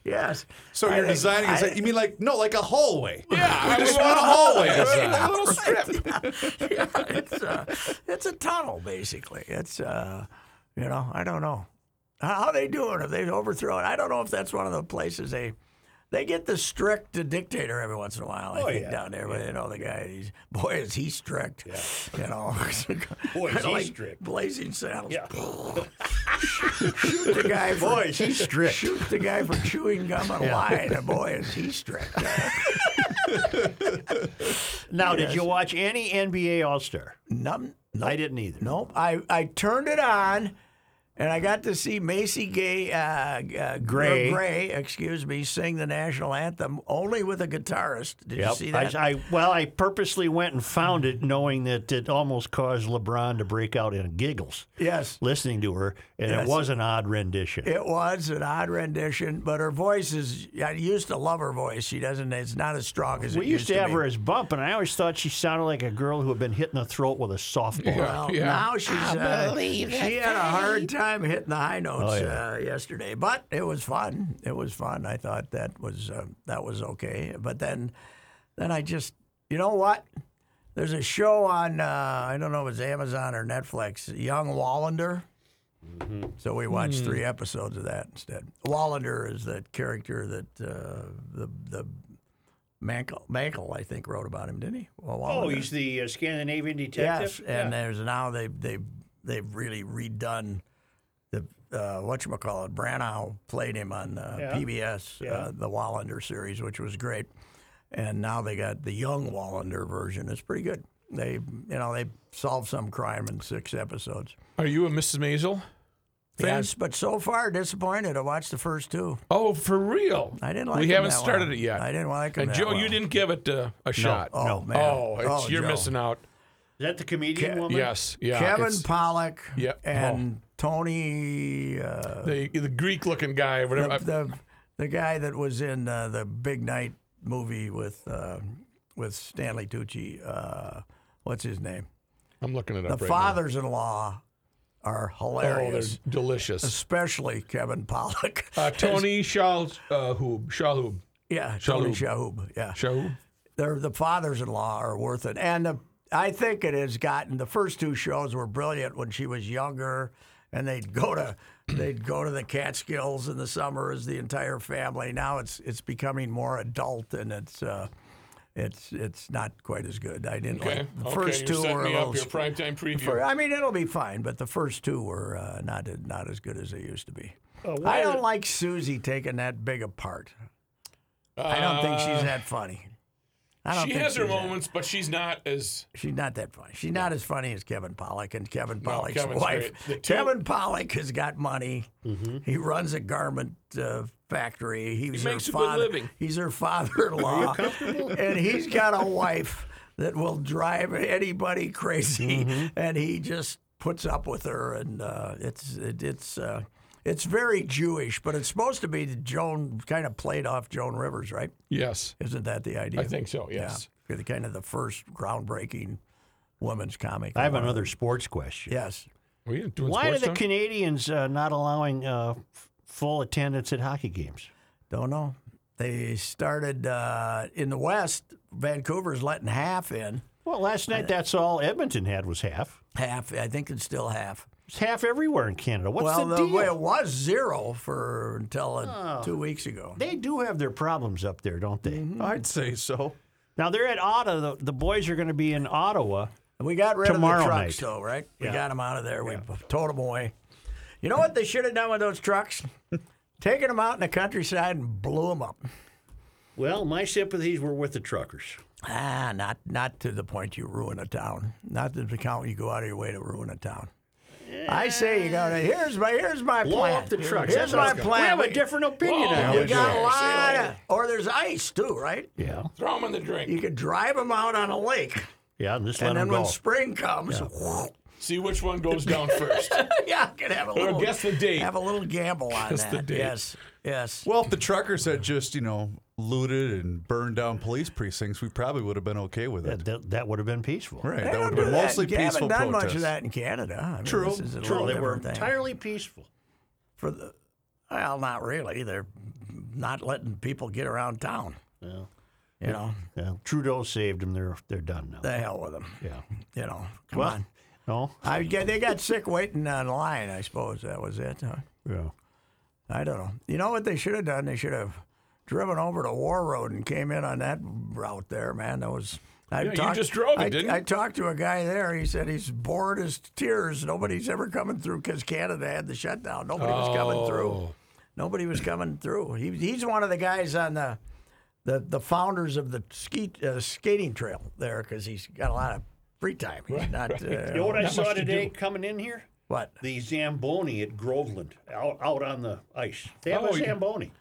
Speaker 2: Yes.
Speaker 3: so
Speaker 2: I
Speaker 3: you're
Speaker 2: think-
Speaker 3: designing,
Speaker 2: I
Speaker 3: is that, you mean like, no, like a hallway.
Speaker 1: Yeah,
Speaker 3: We just want a hallway
Speaker 1: A
Speaker 3: design.
Speaker 1: little strip.
Speaker 2: yeah, it's, uh, it's a tunnel, basically. It's, uh, you know, I don't know. How how they do it, if they overthrow it, I don't know if that's one of the places they they get the strict dictator every once in a while, I think,
Speaker 5: Oh, yeah.
Speaker 2: down there. But, you know, the guy, he's, boy, is he strict. You know,
Speaker 5: Boy, is he
Speaker 2: Like
Speaker 5: strict.
Speaker 2: Blazing saddles.
Speaker 5: Yeah.
Speaker 2: Shoot the guy for,
Speaker 4: Boy, he's strict.
Speaker 2: Shoot the guy for chewing gum and lying. And boy, is he strict.
Speaker 4: Now, did you watch any NBA All Star?
Speaker 2: Num-
Speaker 4: I didn't either.
Speaker 2: Nope. I, I turned it on And I got to see Macy Gay uh, uh,
Speaker 4: Gray.
Speaker 2: Gray, excuse me, sing the national anthem only with a guitarist. Did you see that?
Speaker 4: I, I well, I purposely went and found it, knowing that it almost caused LeBron to break out in giggles
Speaker 2: yes.
Speaker 4: listening to her, and
Speaker 2: Yes.
Speaker 4: it was an odd rendition.
Speaker 2: It was an odd rendition, but her voice is. I used to love her voice. She doesn't. It's not as strong as
Speaker 4: we
Speaker 2: it
Speaker 4: used to have
Speaker 2: be.
Speaker 4: her as bump, and I always thought she sounded like a girl who had been hit in the throat with a softball.
Speaker 2: Well,
Speaker 1: Yeah.
Speaker 2: now she's. uh, she had a hard time hitting the high notes
Speaker 4: Oh, yeah.
Speaker 2: uh, yesterday, but it was fun. It was fun. I thought that was uh, that was okay. But then, then I just, you know what? There's a show on uh, I don't know if it's Amazon or Netflix. Young Wallander. So we watched three episodes of that instead. Wallander is that character that uh, the the Mankel, Mankel I think wrote about him, didn't he? Well,
Speaker 5: Oh,
Speaker 2: Wallander.
Speaker 5: he's the uh, Scandinavian
Speaker 2: Yes,
Speaker 5: detective.
Speaker 2: and
Speaker 5: Yeah.
Speaker 2: there's now they they they've really redone the uh, what you call it. Branagh played him on uh,
Speaker 5: Yeah.
Speaker 2: PBS,
Speaker 5: Yeah.
Speaker 2: uh, the Wallander series, which was great. And now they got the young Wallander version. It's pretty good. They you know they solved some crime in six episodes.
Speaker 1: Are you a Mrs. Maisel? Fan?
Speaker 2: Yes, but so far disappointed. I watched the first two.
Speaker 1: Oh, for real?
Speaker 2: I didn't like.
Speaker 1: We
Speaker 2: them
Speaker 1: haven't
Speaker 2: that
Speaker 1: started
Speaker 2: well.
Speaker 1: it yet.
Speaker 2: I didn't like 'em
Speaker 1: And
Speaker 2: that
Speaker 1: Joe, you
Speaker 2: well.
Speaker 1: didn't give it uh, a shot.
Speaker 2: Oh man.
Speaker 1: Oh, it's, you're
Speaker 2: Joe.
Speaker 1: missing out.
Speaker 4: Is that the comedian
Speaker 2: Ke-
Speaker 4: woman?
Speaker 1: Yes, yeah.
Speaker 2: Kevin
Speaker 1: it's-
Speaker 2: Pollock
Speaker 1: Yeah, Oh.
Speaker 2: and Tony. Uh,
Speaker 1: the, the Greek looking guy, or whatever.
Speaker 2: the, the, the guy that was in uh, the Big Night movie with uh, with Stanley Tucci. Uh, what's his name?
Speaker 1: I'm looking it
Speaker 2: The
Speaker 1: up right
Speaker 2: fathers-in-law are
Speaker 1: now. Oh, they're
Speaker 2: hilarious,
Speaker 1: delicious.
Speaker 2: especially Kevin Pollock.
Speaker 1: Uh, Tony Shahoob. Uh, Hoob- Shahoob.
Speaker 2: yeah, Tony Shalhoub. Yeah,
Speaker 1: Shahoob?
Speaker 2: they're the fathers-in-law are worth it, and the, I think it has gotten. The first two shows were brilliant when she was younger, and they'd go to they'd go to the Catskills in the summer as the entire family. Now it's it's becoming more adult, and it's. Uh, it's it's not quite as good. I didn't
Speaker 1: Okay.
Speaker 2: like the
Speaker 1: okay,
Speaker 2: first
Speaker 1: you're
Speaker 2: two
Speaker 1: setting
Speaker 2: were a
Speaker 1: me
Speaker 2: little.
Speaker 1: up your primetime preview.
Speaker 2: for- I mean, it'll be fine, but the first two were uh, not not as good as they used to be.
Speaker 1: Uh,
Speaker 5: Oh,
Speaker 2: I
Speaker 5: wait
Speaker 2: don't
Speaker 5: a-
Speaker 2: like Susie taking that big a part. I don't think she's
Speaker 1: Uh,
Speaker 2: that funny. I don't
Speaker 1: She
Speaker 2: think
Speaker 1: has her
Speaker 2: she's that-
Speaker 1: moments, but she's not as.
Speaker 2: She's not that funny. She's not as funny as Kevin Pollock and Kevin Pollock's
Speaker 1: Kevin's
Speaker 2: wife.
Speaker 1: great. The two- Mm-hmm.
Speaker 2: Kevin Pollock has got money. He runs a garment uh, factory. He's her
Speaker 1: makes a good
Speaker 2: father.
Speaker 1: living.
Speaker 2: He's her father-in-law, and he's got a wife that will drive anybody crazy,
Speaker 1: Mm-hmm.
Speaker 2: and he just puts up with her. And uh, it's it, it's. Uh, it's very Jewish, but it's supposed to be that Joan kind of played off Joan Rivers, right?
Speaker 1: Yes,
Speaker 2: Isn't that the idea?
Speaker 1: I think so. Yes.
Speaker 2: Yeah, the kind of the first groundbreaking women's comic.
Speaker 4: I have another sports question.
Speaker 2: Yes.
Speaker 1: Were you doing
Speaker 4: Why are
Speaker 1: sports
Speaker 4: the
Speaker 1: talk?
Speaker 4: Canadians uh, not allowing uh, f- full attendance at hockey games?
Speaker 2: Don't know. They started uh, in the West. Vancouver's letting half in.
Speaker 4: Well, last night that's all Edmonton had was half.
Speaker 2: Half. I think it's still half.
Speaker 4: It's half everywhere in Canada. What's
Speaker 2: well,
Speaker 4: the
Speaker 2: the-
Speaker 4: deal? Oh.
Speaker 2: it was zero for until uh, two weeks ago.
Speaker 4: they do have their problems up there, don't they?
Speaker 3: I'd say so.
Speaker 4: Now they're at Ottawa. The, the boys are going to be in Ottawa.
Speaker 2: We got rid of
Speaker 4: Tomorrow
Speaker 2: the trucks,
Speaker 4: night.
Speaker 2: though, right? We got them out of there. We towed them away. You know what they should have done with those trucks? Taken them out in the countryside and blew them up.
Speaker 5: Well, my sympathies were with the truckers.
Speaker 2: Ah, not not to the point you ruin a town. Not to the count you go out of your way to ruin a town. I say you gotta. Here's my here's my
Speaker 5: Blow
Speaker 2: plan.
Speaker 5: up the trucks. That's
Speaker 2: Here's my
Speaker 5: what I was-
Speaker 2: plan.
Speaker 5: We have a different opinion
Speaker 1: Whoa.
Speaker 5: on
Speaker 2: You
Speaker 5: this.
Speaker 2: got a lot
Speaker 1: Say
Speaker 2: of, or there's ice too, right?
Speaker 4: Yeah,
Speaker 1: Throw him in the drink.
Speaker 2: You could drive them out on a lake,
Speaker 4: yeah. And just let
Speaker 2: and
Speaker 4: them
Speaker 2: then
Speaker 4: go.
Speaker 2: when spring comes, whoop,
Speaker 1: See which one goes down first.
Speaker 2: yeah, I could have a little
Speaker 1: guess the date.
Speaker 2: Have a little gamble on
Speaker 1: Guess
Speaker 2: that.
Speaker 1: the date.
Speaker 2: Yes, yes.
Speaker 3: Well, if the truckers had just, you know, looted and burned down police precincts, we probably would have been okay with
Speaker 4: that,
Speaker 3: it.
Speaker 4: that, that would have been peaceful.
Speaker 3: Right.
Speaker 2: They
Speaker 3: that
Speaker 2: don't
Speaker 3: would
Speaker 2: do
Speaker 3: have been
Speaker 2: that.
Speaker 3: mostly
Speaker 2: You haven't
Speaker 3: peaceful
Speaker 2: done
Speaker 3: protests.
Speaker 2: much of that in Canada. I mean,
Speaker 3: True,
Speaker 2: This is a
Speaker 5: True,
Speaker 2: little
Speaker 5: they were
Speaker 2: different thing.
Speaker 5: entirely peaceful.
Speaker 2: for the well, not really. They're not letting people get around town. You know,
Speaker 4: Yeah. Trudeau saved them. They're they're done now.
Speaker 2: the hell with them.
Speaker 4: yeah.
Speaker 2: You know, come
Speaker 4: Well-
Speaker 2: on.
Speaker 4: No.
Speaker 2: I get, they got sick waiting on the line. I suppose that was it. Huh?
Speaker 4: Yeah.
Speaker 2: I don't know. You know what they should have done? They should have driven over to War Road and came in on that route there, man. That was. I
Speaker 1: Yeah, you just drove it,
Speaker 2: I,
Speaker 1: didn't you?
Speaker 2: I talked to a guy there. He said he's bored as tears. Nobody's ever coming through because Canada had the shutdown. Nobody was coming through.
Speaker 1: Oh.
Speaker 2: Nobody was coming through. He, he's one of the guys on the the, the founders of the ski uh, skating trail there because he's got a lot of free time. He's not. Uh,
Speaker 5: You know what I
Speaker 1: Not much
Speaker 5: saw
Speaker 1: to
Speaker 5: today
Speaker 1: do.
Speaker 5: coming in here?
Speaker 2: What?
Speaker 5: The Zamboni at Groveland, out, out on the ice. They have
Speaker 1: Oh,
Speaker 5: a
Speaker 1: yeah.
Speaker 5: Zamboni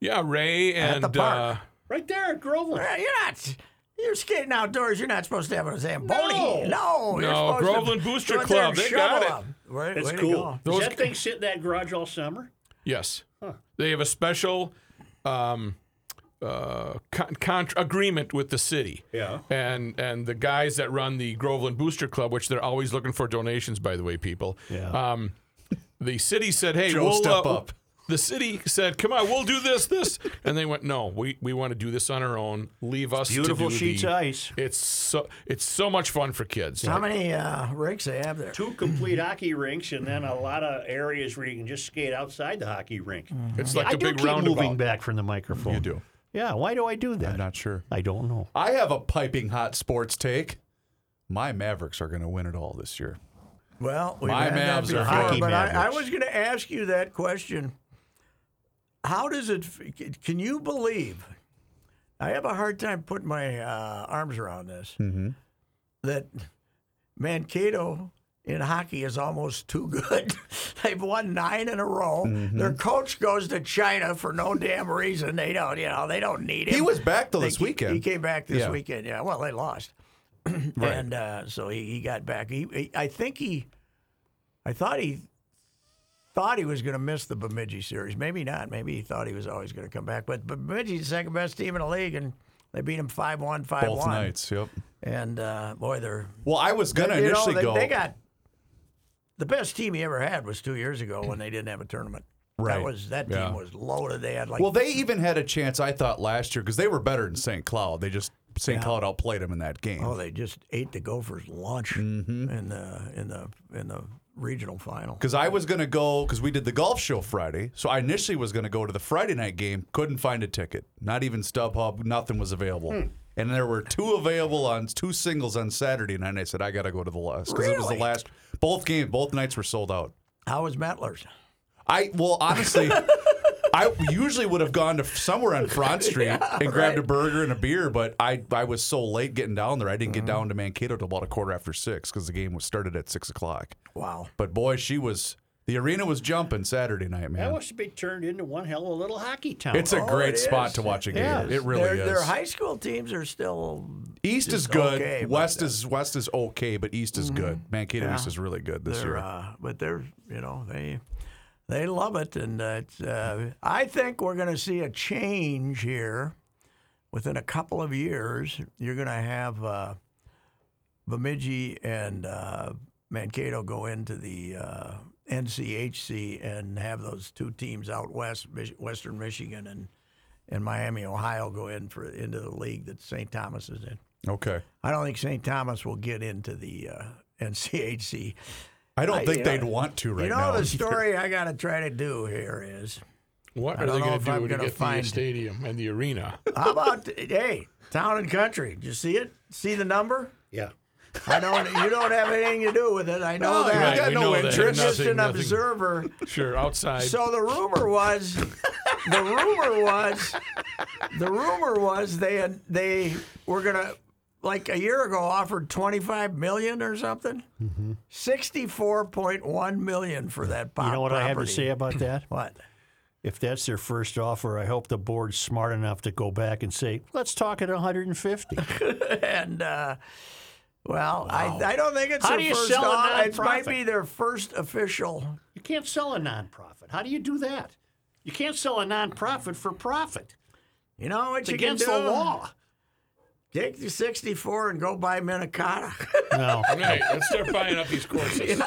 Speaker 1: Yeah, Ray and
Speaker 2: the park.
Speaker 1: Uh,
Speaker 5: right there at Groveland.
Speaker 2: Hey, You're not. You're skating outdoors. You're not supposed to have a Zamboni.
Speaker 5: No.
Speaker 2: No, you're
Speaker 1: No,
Speaker 2: supposed
Speaker 1: Groveland
Speaker 2: to
Speaker 1: Booster
Speaker 2: go out there
Speaker 1: Club,
Speaker 2: and
Speaker 1: they got
Speaker 2: shovel
Speaker 1: it.
Speaker 2: 'em. Way-
Speaker 5: That's
Speaker 2: way to
Speaker 5: cool.
Speaker 2: go.
Speaker 5: Does
Speaker 1: Those
Speaker 5: that thing sit in that garage all summer?
Speaker 1: yes, they have a special um, uh, con- contr agreement with the city.
Speaker 5: Yeah.
Speaker 1: and and the guys that run the Groveland Booster Club, which they're always looking for donations, by the way, people. Yeah. Um, the city said, "Hey,
Speaker 3: Joe,
Speaker 1: we'll
Speaker 3: step
Speaker 1: uh,
Speaker 3: up.
Speaker 1: The city said, "Come on, we'll do this, this," and they went, "No, we, we want to do this on our own. Leave us to
Speaker 4: Beautiful
Speaker 1: do
Speaker 4: sheets
Speaker 1: the-
Speaker 4: of ice.
Speaker 1: It's so it's so much fun for kids.
Speaker 2: How many uh, rinks they have there?
Speaker 5: Two complete hockey rinks, and then a lot of areas where you can just skate outside the hockey rink.
Speaker 1: It's like
Speaker 4: I
Speaker 1: a
Speaker 4: do
Speaker 1: big
Speaker 4: keep
Speaker 1: roundabout.
Speaker 4: moving back from the microphone.
Speaker 3: You do.
Speaker 4: Yeah. Why do I do that?
Speaker 3: I'm not sure.
Speaker 4: I don't know.
Speaker 3: I have a piping hot sports take. My Mavericks are going to win it all this year.
Speaker 2: Well, we've
Speaker 3: My
Speaker 2: had that
Speaker 3: Mavs are
Speaker 2: before,
Speaker 3: hockey
Speaker 2: but I, I
Speaker 4: Mavericks.
Speaker 2: was going to ask you that question. How does it? f- Can you believe? I have a hard time putting my uh, arms around this.
Speaker 3: Mm-hmm.
Speaker 2: That Mankato in hockey is almost too good. They've won nine in a row.
Speaker 3: Mm-hmm.
Speaker 2: Their coach goes to China for no damn reason. They don't, you know, they don't need him.
Speaker 3: He was back till
Speaker 2: They
Speaker 3: this
Speaker 2: ca-
Speaker 3: weekend.
Speaker 2: He came back this
Speaker 3: Yeah.
Speaker 2: weekend. Yeah. Well, they lost, and uh, so he, he got back. He, he, I think he, I thought he thought he was going to miss the Bemidji series. Maybe not. Maybe he thought he was always going to come back. But Bemidji's the second best team in the league, and they beat him 5-1, 5-1.
Speaker 3: Both nights. Yep.
Speaker 2: And uh, boy, they're
Speaker 3: Well, I was going to
Speaker 2: you know,
Speaker 3: initially
Speaker 2: they,
Speaker 3: go.
Speaker 2: they got the best team he ever had was two years ago when they didn't have a tournament.
Speaker 3: Right.
Speaker 2: That was that team
Speaker 3: Yeah.
Speaker 2: was loaded. They had like
Speaker 3: well, they even had a chance, I thought, last year because they were better than St. Cloud. They just, St. Cloud outplayed them in that game.
Speaker 2: Oh, they just ate the Gophers' lunch
Speaker 3: Mm-hmm.
Speaker 2: in the in the in the regional final.
Speaker 3: Because I was going to go, because we did the golf show Friday. So I initially was going to go to the Friday night game, couldn't find a ticket. Not even StubHub, nothing was available. And there were two available on two singles on Saturday night. And I said, I got to go to the last. Because it was the
Speaker 2: Really?
Speaker 3: last, both games, both nights were sold out.
Speaker 2: How was Mettler's?
Speaker 3: I, well, honestly. I usually would have gone to somewhere on Front Street and grabbed a burger and a beer, but I, I was so late getting down there. I didn't get down to Mankato till about a quarter after six because the game was started at six o'clock.
Speaker 2: Wow.
Speaker 3: But boy, she was the arena was jumping Saturday night,
Speaker 5: That
Speaker 3: man.
Speaker 5: must be turned into one hell of a little hockey town.
Speaker 3: It's a
Speaker 2: Oh,
Speaker 3: great
Speaker 2: it
Speaker 3: spot
Speaker 2: is.
Speaker 3: to watch a game.
Speaker 4: Yeah.
Speaker 3: It really
Speaker 2: their,
Speaker 3: is.
Speaker 2: their high school teams are still
Speaker 3: East is
Speaker 2: is
Speaker 3: good.
Speaker 2: okay, but, Mm-hmm.
Speaker 3: West is West is okay, but East is good. Mankato East is really good this
Speaker 2: they're,
Speaker 3: year.
Speaker 2: uh, but they're you know they they love it, and uh, it's, uh, I think we're going to see a change here within a couple of years. You're going to have uh, Bemidji and uh, Mankato go into the uh, NCHC and have those two teams out west, Mich- Western Michigan and and Miami, Ohio, go in for into the league that St. Thomas is in.
Speaker 3: okay.
Speaker 2: I don't think St. Thomas will get into the uh, NCHC.
Speaker 3: I don't
Speaker 2: I-
Speaker 3: think
Speaker 2: you know-
Speaker 3: they'd want to right
Speaker 2: you know
Speaker 3: now.
Speaker 2: the story I got to try to do here is
Speaker 1: What
Speaker 2: I
Speaker 1: are
Speaker 2: don't
Speaker 1: they
Speaker 2: know
Speaker 1: going
Speaker 2: if
Speaker 1: to
Speaker 2: I'm
Speaker 1: do to
Speaker 2: gonna
Speaker 1: get
Speaker 2: find-
Speaker 1: the stadium and the arena?
Speaker 2: how about hey town and country? Did you see it? See the number?
Speaker 5: yeah.
Speaker 2: I don't. You don't have anything to do with it. I know
Speaker 3: you
Speaker 2: that.
Speaker 3: got
Speaker 1: we
Speaker 3: no
Speaker 1: know that.
Speaker 3: interest.
Speaker 2: Just
Speaker 1: Nothing,
Speaker 2: an
Speaker 1: nothing.
Speaker 2: observer.
Speaker 1: Sure, outside.
Speaker 2: So the rumor was, the rumor was, the rumor was they had, they were gonna like a year ago offered twenty five million or something,
Speaker 3: Mm-hmm.
Speaker 2: four point one million for that pop
Speaker 4: You know what I have to
Speaker 2: property.
Speaker 4: say about that?
Speaker 2: What?
Speaker 4: If that's their first offer, I hope the board's smart enough to go back and say, let's talk at 150.
Speaker 2: And uh, well, I, I don't think it's
Speaker 5: How
Speaker 2: their
Speaker 5: do you
Speaker 2: first.
Speaker 5: sell a
Speaker 2: off- it might
Speaker 5: nonprofit?
Speaker 2: be their first official.
Speaker 5: You can't sell a nonprofit. How do you do that? You can't sell a nonprofit for profit.
Speaker 2: You know what
Speaker 5: It's
Speaker 2: you can
Speaker 5: against
Speaker 2: do?
Speaker 5: the law.
Speaker 2: Take the sixty four and go buy Minnetonka.
Speaker 4: no.
Speaker 1: right, let's start buying up these courses.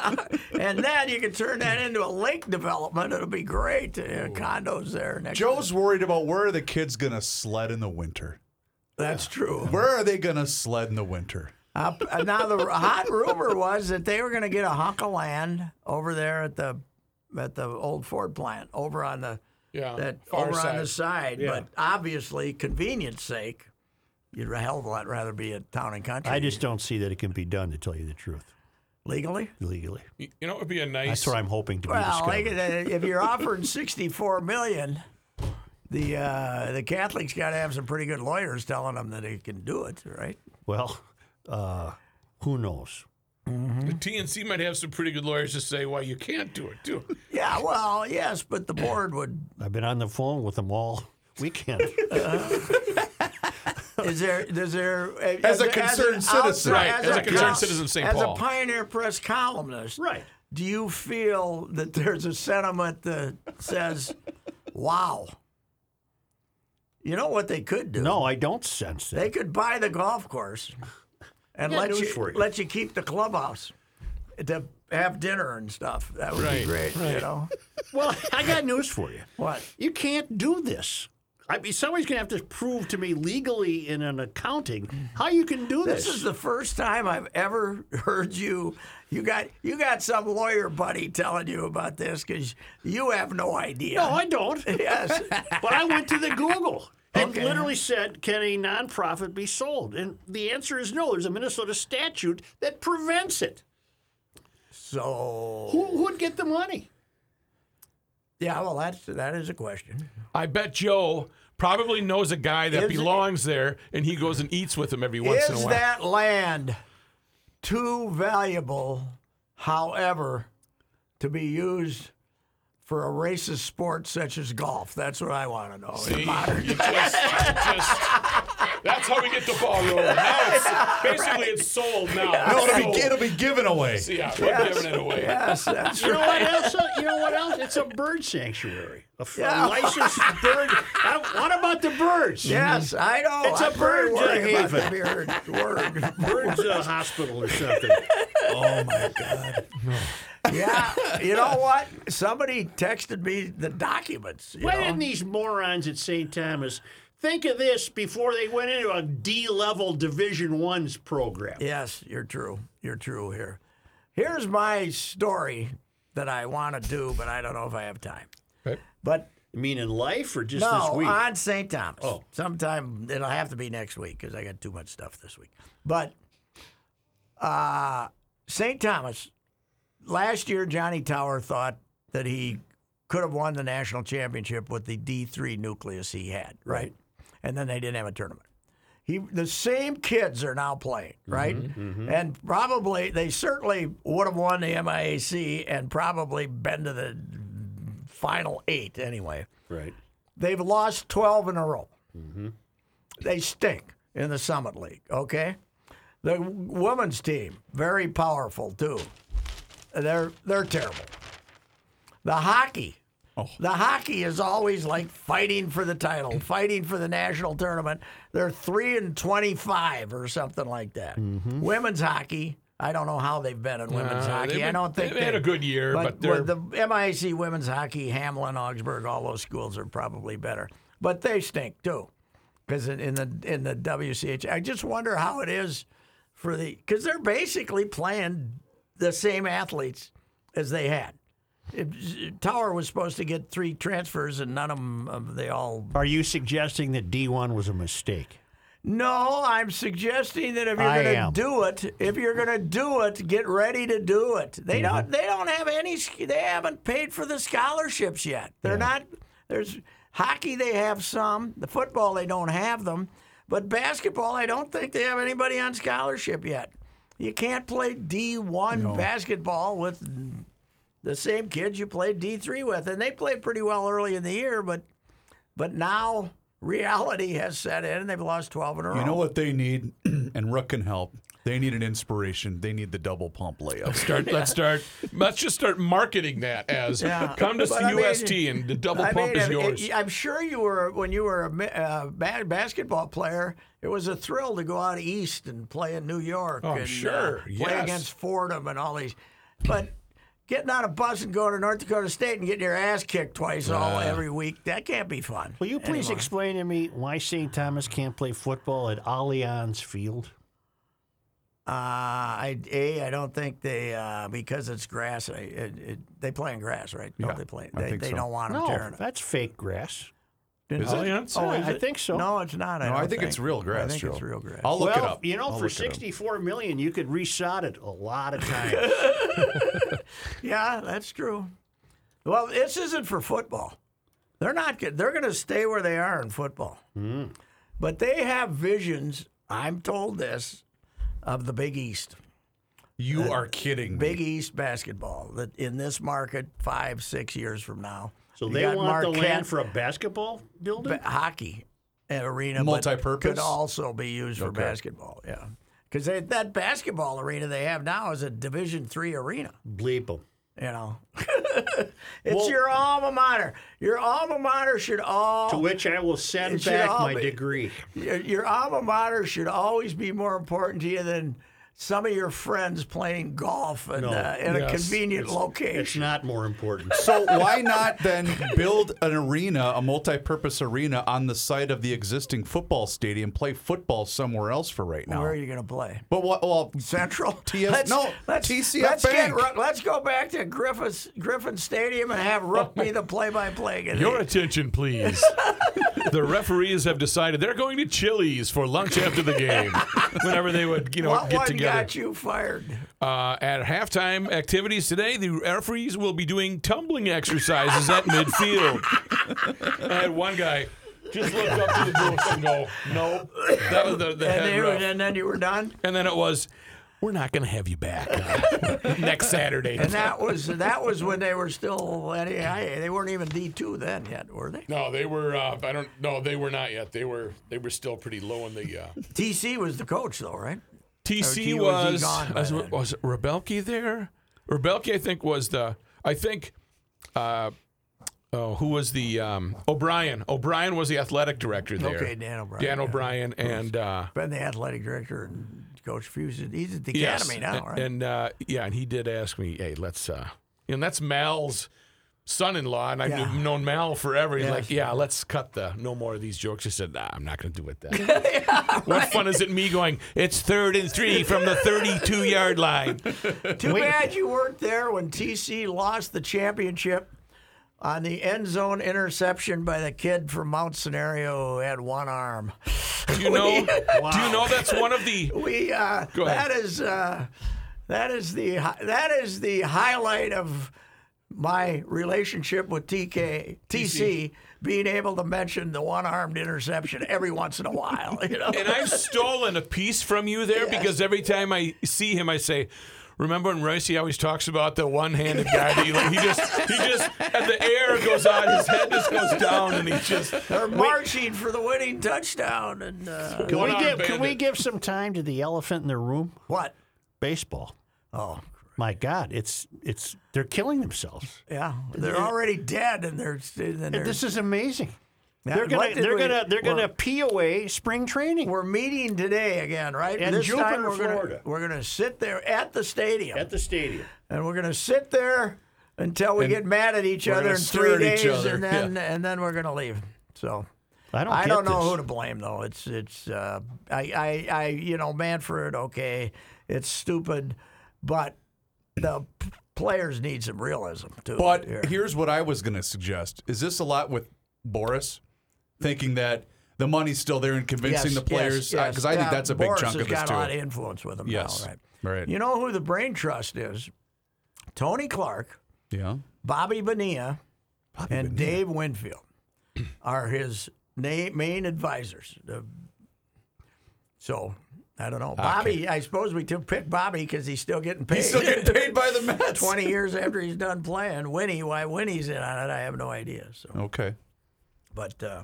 Speaker 2: and then you can turn that into a lake development. It'll be great. Uh, condos there next.
Speaker 3: Joe's worried about where are the kids gonna sled in the winter?
Speaker 2: That's true.
Speaker 3: Where are they gonna sled in the winter?
Speaker 2: Up- uh, now the hot rumor was that they were going to get a hunk of land over there at the at the old Ford plant over on the
Speaker 1: Yeah,
Speaker 2: that
Speaker 1: far
Speaker 2: over on the
Speaker 1: side.
Speaker 2: side. But obviously, convenience sake, you'd a hell of a lot rather be at town and country.
Speaker 4: I just don't see that it can be done, to tell you the truth,
Speaker 2: legally.
Speaker 4: legally.
Speaker 1: You know, it would be a nice.
Speaker 4: That's what I'm hoping to be
Speaker 2: Well, like,
Speaker 4: discovered.
Speaker 2: uh, if you're offering 64 million, the uh, the Catholics got to have some pretty good lawyers telling them that they can do it, right?
Speaker 4: Well, uh, who knows?
Speaker 1: The TNC might have some pretty good lawyers to say, well, you can't do it, too.
Speaker 2: Yeah, well, yes, but the board would.
Speaker 4: I've been on the phone with them all weekend.
Speaker 2: Is there? Is there?
Speaker 3: As a
Speaker 2: an
Speaker 3: concerned citizen.
Speaker 1: Right, as a concerned
Speaker 2: col-
Speaker 1: citizen of St.
Speaker 2: As
Speaker 1: Paul.
Speaker 2: a Pioneer Press columnist,
Speaker 5: Right.
Speaker 2: do you feel that there's a sentiment that says, "Wow, you know what they could do?
Speaker 4: no, I don't sense that.
Speaker 2: they could buy the golf course and
Speaker 5: Yeah,
Speaker 2: let
Speaker 5: news
Speaker 2: you,
Speaker 5: for you.
Speaker 2: let you keep the clubhouse to have dinner and stuff. That would
Speaker 1: Right,
Speaker 2: be great, you know.
Speaker 4: Well, I got news for you.
Speaker 2: What?
Speaker 4: You can't do this. I mean, somebody's going to have to prove to me legally in an accounting how you can do this.
Speaker 2: This is the first time I've ever heard you. You got you got some lawyer buddy telling you about this because you have no idea.
Speaker 4: no, I don't.
Speaker 2: yes.
Speaker 4: But I went to the Google. It
Speaker 2: Okay.
Speaker 4: literally said, "Can a nonprofit be sold?" And the answer is no. There's a Minnesota statute that prevents it.
Speaker 2: so
Speaker 4: Who would get the money?
Speaker 2: yeah, well that's that is a question.
Speaker 1: I bet Joe probably knows a guy that
Speaker 2: Is it-
Speaker 1: belongs there, and he goes and eats with him every once in a
Speaker 2: Is
Speaker 1: while.
Speaker 2: that land too valuable, however, to be used for a racist sport such as golf? That's what I want to know.
Speaker 1: See, you just, you just- that's how we get the ball rolling. Now it's, basically, it's sold now.
Speaker 3: No,
Speaker 1: It's
Speaker 3: it'll be,
Speaker 1: sold.
Speaker 3: it'll be given away.
Speaker 1: Yeah, we're giving it away. Mm-hmm.
Speaker 2: Yes, that's
Speaker 4: You know what else? You know what else? It's a bird sanctuary. A, f- a
Speaker 2: Yeah.
Speaker 4: licensed bird. I- What about the birds?
Speaker 2: Yes, I know.
Speaker 4: It's a
Speaker 2: I'm very
Speaker 4: bird
Speaker 2: worried about the bird word.
Speaker 4: Birds uh, hospital or something.
Speaker 2: Yeah, you know what? Somebody texted me the documents. You
Speaker 4: Why
Speaker 2: know?
Speaker 4: didn't these morons at St. Thomas think of this before they went into a D-level Division One's program?
Speaker 2: Yes, you're true. You're true here. Here's my story that I want to do, but I don't know if I have time.
Speaker 1: Okay.
Speaker 2: But
Speaker 4: You mean in life or just
Speaker 2: no,
Speaker 4: this week? Oh.
Speaker 2: on St. Thomas. Sometime it'll have to be next week because I got too much stuff this week. But uh, St. Thomas, last year Johnny Tower thought that he could have won the national championship with the D3 nucleus he had, right? And then they didn't have a tournament. He, the same kids are now playing,
Speaker 4: Mm-hmm,
Speaker 2: right? And probably they certainly would have won the MIAC and probably been to the final eight anyway.
Speaker 4: right.
Speaker 2: They've lost 12 in a row. They stink in the Summit League, okay? The women's team, very powerful too. They're they're terrible. The hockey.
Speaker 1: Oh.
Speaker 2: The hockey is always like fighting for the title, fighting for the national tournament. They're 3 and 25 or something like that. Women's hockey, I don't know how they've been in women's
Speaker 1: Uh,
Speaker 2: hockey.
Speaker 1: Mm-hmm. they've
Speaker 2: I don't
Speaker 1: been-
Speaker 2: think
Speaker 1: they've had
Speaker 2: they-
Speaker 1: a good year, but,
Speaker 2: but,
Speaker 1: they're
Speaker 2: with the MIAC women's hockey, Hamlin, Augsburg, all those schools are probably better, but they stink too. Because in, in the in the WCH, I just wonder how it is for the because they're basically playing the same athletes as they had. It- Tower was supposed to get three transfers, and none of them. They all.
Speaker 4: Are you suggesting that D1 was a mistake?
Speaker 2: No, I'm suggesting that if you're
Speaker 4: I
Speaker 2: going to
Speaker 4: am.
Speaker 2: do it, if you're going to do it, get ready to do it. They
Speaker 4: Mm-hmm.
Speaker 2: don't. They don't have any. sch- They haven't paid for the scholarships yet. They're not. There's hockey. They have some. The football. They don't have them. But basketball, I don't think they have anybody on scholarship yet. You can't play D1 basketball with the same kids you played D3 with. And they played pretty well early in the year, but but now reality has set in and they've lost 12 in a row.
Speaker 3: You know what they need, and Ruck can help. They need an inspiration. They need the double pump layup.
Speaker 1: start. Let's start. Let's just start marketing that as
Speaker 2: Yeah.
Speaker 1: come to
Speaker 2: But I mean-
Speaker 1: UST and the double
Speaker 2: I
Speaker 1: pump
Speaker 2: mean,
Speaker 1: is
Speaker 2: I'm-
Speaker 1: yours.
Speaker 2: I'm sure you were when you were a ma- uh, ba- basketball player. It was a thrill to go out east and play in New York.
Speaker 1: Oh, I'm
Speaker 2: and, uh,
Speaker 1: sure.
Speaker 2: Play
Speaker 1: Yes.
Speaker 2: against Fordham and all these, but getting on a bus and going to North Dakota State and getting your ass kicked twice all every week that can't be fun.
Speaker 4: Will you please
Speaker 2: anymore.
Speaker 4: explain to me why St. Thomas can't play football at Allianz Field?
Speaker 2: Uh, I a I don't think they uh, because it's grass. I, it, it, they play in grass, right? Don't
Speaker 3: Yeah,
Speaker 2: they play?
Speaker 3: I
Speaker 2: They,
Speaker 3: think
Speaker 2: they
Speaker 3: so.
Speaker 2: don't want them tearing
Speaker 4: No,
Speaker 2: it.
Speaker 4: that's fake grass.
Speaker 1: Is it? Allianz?
Speaker 2: Oh, is
Speaker 4: I
Speaker 2: it?
Speaker 4: think so.
Speaker 2: No, it's not. I,
Speaker 3: No, I
Speaker 2: don't
Speaker 3: think it's real grass,
Speaker 2: I think
Speaker 3: Joe.
Speaker 2: it's real grass.
Speaker 3: I'll look
Speaker 4: well,
Speaker 3: it up.
Speaker 4: you know,
Speaker 3: I'll
Speaker 4: for
Speaker 3: look it up.
Speaker 4: sixty-four million, you could resod it a lot of times.
Speaker 2: Yeah, that's true. Well, this isn't for football. They're not. good. They're going to stay where they are in football.
Speaker 3: Hmm.
Speaker 2: But they have visions. I'm told this of the Big East,
Speaker 1: You are
Speaker 3: Hmm.
Speaker 1: kidding. me.
Speaker 2: Big East basketball that in this market five, six years from now.
Speaker 5: So
Speaker 2: You
Speaker 5: they
Speaker 2: got
Speaker 5: want the land
Speaker 2: Marquette
Speaker 5: for a basketball building?
Speaker 2: ba- hockey uh, arena, but
Speaker 3: Multi-purpose?
Speaker 2: could also be used for basketball. Yeah, because that basketball arena they have now is a Division three arena.
Speaker 5: Bleep them.
Speaker 2: You know, it's your alma mater. Your alma mater should all
Speaker 5: To which I will send
Speaker 2: It should
Speaker 5: back
Speaker 2: all
Speaker 5: my
Speaker 2: be.
Speaker 5: degree.
Speaker 2: your, your alma mater should always be more important to you than some of your friends playing golf and,
Speaker 5: No.
Speaker 2: uh, in a
Speaker 1: Yes.
Speaker 2: convenient
Speaker 5: It's
Speaker 2: location.
Speaker 5: not more important.
Speaker 3: So why not then build an arena, a multi-purpose arena on the site of the existing football stadium, play football somewhere else for right now?
Speaker 2: Where are you going to play?
Speaker 3: But what? Well,
Speaker 2: Central.
Speaker 3: TS no, TCF
Speaker 2: let's, get
Speaker 3: Bank.
Speaker 2: Ru- let's go back to Griffiths, Griffin Stadium and have Rook be the play-by-play guy.
Speaker 1: Your attention, please. the referees have decided they're going to Chili's for lunch after the game. Whenever they would, you know,
Speaker 2: What
Speaker 1: get
Speaker 2: one
Speaker 1: together.
Speaker 2: got you fired?
Speaker 1: Uh, at halftime activities today, the referees will be doing tumbling exercises at midfield. I had one guy just looked up to the booth and go, "Nope." That was the, the
Speaker 2: And,
Speaker 1: head
Speaker 2: they,
Speaker 1: ref.
Speaker 2: and then you were done.
Speaker 1: And then it was, "We're not going to have you back uh, next Saturday."
Speaker 2: And that was that was when they were still NAIA. They weren't even D two then yet, were they?
Speaker 1: no, they were. Uh, I don't. No, they were not yet. They were. They were still pretty low in the. Uh,
Speaker 2: TC was the coach though, right? Or
Speaker 1: TC
Speaker 2: he- was he
Speaker 1: was
Speaker 2: gone by
Speaker 1: was,
Speaker 2: then?
Speaker 1: was it Rebelke there? Rebelke, I think, was the I think uh, oh, who was the um, O'Brien? O'Brien was the athletic director there.
Speaker 2: Okay, Dan O'Brien,
Speaker 1: Dan
Speaker 2: yeah.
Speaker 1: O'Brien and uh,
Speaker 2: Been the athletic director and coach Fuse. He's at the
Speaker 1: yes,
Speaker 2: academy now,
Speaker 1: and,
Speaker 2: right?
Speaker 1: and, uh, yeah, and he did ask me, hey, let's uh, and that's Mal's son-in-law, and I've
Speaker 2: Yeah.
Speaker 1: known Mal forever. He's
Speaker 2: Yes.
Speaker 1: like, yeah, let's cut the no more of these jokes. I said, nah, I'm not going to do it. That. what fun is it me going? It's third and three from the 32 yard line.
Speaker 2: Too bad you weren't there when TC lost the championship on the end zone interception by the kid from Mount Scenario who had one arm.
Speaker 1: Do you know? Do you know that's one of the?
Speaker 2: We uh,
Speaker 1: Go ahead.
Speaker 2: that is uh, that is the hi- that is the highlight of my relationship with TK TC being able to mention the one-armed interception every once in a while. You know,
Speaker 1: And I've stolen a piece from you there because every time I see him, I say. Remember when Ricey always talks about the one-handed guy that he, like, he just he just and the air goes on his head just goes down and he just
Speaker 2: they're marching for the winning touchdown and uh,
Speaker 4: Can we
Speaker 1: One-armed
Speaker 4: give Can we
Speaker 1: bandit.
Speaker 4: give some time to the elephant in the room?
Speaker 2: what?
Speaker 4: Baseball.
Speaker 2: Oh,
Speaker 4: My God, it's it's they're killing themselves.
Speaker 2: yeah, they're already dead, and they're and they're
Speaker 4: This is amazing.
Speaker 2: Yeah,
Speaker 4: They're
Speaker 2: what
Speaker 4: gonna
Speaker 2: did
Speaker 4: they're
Speaker 2: we-
Speaker 4: gonna they're
Speaker 2: we're-
Speaker 4: gonna POA spring training.
Speaker 2: We're meeting today again, right?
Speaker 5: In
Speaker 2: this time
Speaker 5: Jupiter,
Speaker 2: we're gonna,
Speaker 5: Florida.
Speaker 2: We're going to sit there at the stadium,
Speaker 5: At the stadium.
Speaker 2: and we're going to sit there until we get mad at each other
Speaker 3: gonna
Speaker 2: in
Speaker 3: stare
Speaker 2: three
Speaker 3: at each
Speaker 2: days,
Speaker 3: other,
Speaker 2: and then and then we're going to leave. So
Speaker 4: I don't
Speaker 2: I
Speaker 4: get
Speaker 2: don't know
Speaker 4: this.
Speaker 2: who to blame though. It's it's uh, I, I I you know Manfred, okay, it's stupid, but the p- players need some realism too.
Speaker 3: But
Speaker 2: here.
Speaker 3: here's what I was going to suggest: Is this a lot with Boris thinking that the money's still there and convincing
Speaker 2: Yes,
Speaker 3: the players? Because
Speaker 2: yes, yes.
Speaker 3: I
Speaker 2: Yeah,
Speaker 3: think that's a big
Speaker 2: Boris
Speaker 3: chunk
Speaker 2: has
Speaker 3: of this
Speaker 2: got
Speaker 3: too.
Speaker 2: a lot of influence with him.
Speaker 3: Yes,
Speaker 2: now, right.
Speaker 3: right.
Speaker 2: You know who the brain trust is? Tony Clark,
Speaker 3: yeah,
Speaker 2: Bobby Bonilla, and Dave Winfield are his na- main advisors. The- so I don't know, Bobby. I suppose we took pick Bobby because he's still getting paid.
Speaker 3: Ah, he's still getting paid by the Mets.
Speaker 2: Twenty years after he's done playing, Winnie, why Winnie's in on it, I have no idea. So
Speaker 3: Okay.
Speaker 2: but uh,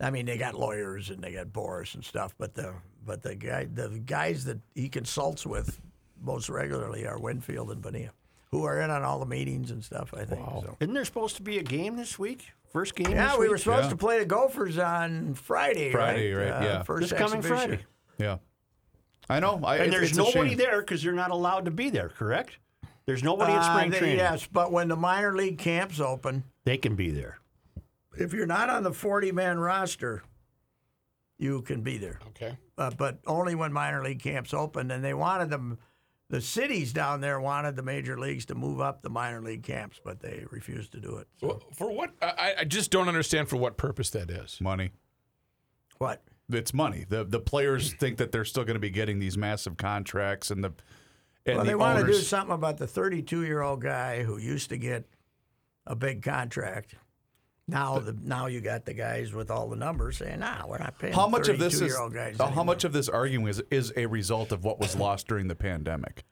Speaker 2: I mean, they got lawyers and they got Boris and stuff. But the but the guy the guys that he consults with most regularly are Winfield and Bonilla, who are in on all the meetings and stuff. I think. So.
Speaker 4: Isn't there supposed to be a game this week? First game.
Speaker 2: Yeah,
Speaker 4: this
Speaker 2: we
Speaker 4: week?
Speaker 2: were supposed
Speaker 3: Yeah.
Speaker 2: to play the Gophers on Friday.
Speaker 3: Friday,
Speaker 2: right? Uh,
Speaker 3: right, yeah.
Speaker 2: First
Speaker 4: this coming
Speaker 2: exhibition.
Speaker 4: Friday.
Speaker 3: Yeah. I know. I,
Speaker 4: And
Speaker 3: it's-
Speaker 4: there's
Speaker 3: it's a
Speaker 4: nobody
Speaker 3: shame.
Speaker 4: there because you're not allowed to be there, correct? There's nobody at
Speaker 2: Uh,
Speaker 4: spring
Speaker 2: they-
Speaker 4: training.
Speaker 2: yes, but when the minor league camps open,
Speaker 4: They can be there.
Speaker 2: if you're not on the 40 man roster, you can be there.
Speaker 1: Okay.
Speaker 2: uh, but only when minor league camps opened. And they wanted them, the cities down there wanted the major leagues to move up the minor league camps, but they refused to do it. So,
Speaker 1: Well, For what? I, I just don't understand for what purpose that is.
Speaker 3: Money.
Speaker 2: what?
Speaker 3: It's money. The the players think that they're still going to be getting these massive contracts, and the
Speaker 2: Well,
Speaker 3: and the
Speaker 2: they want to do
Speaker 3: owners-
Speaker 2: something about the 32 year old guy who used to get a big contract. Now, the, now you got the guys with all the numbers saying, "Nah, we're not paying."
Speaker 3: How much of this is
Speaker 2: 32-year-old guys
Speaker 3: how
Speaker 2: anymore."
Speaker 3: much of this arguing is is a result of what was lost during the pandemic?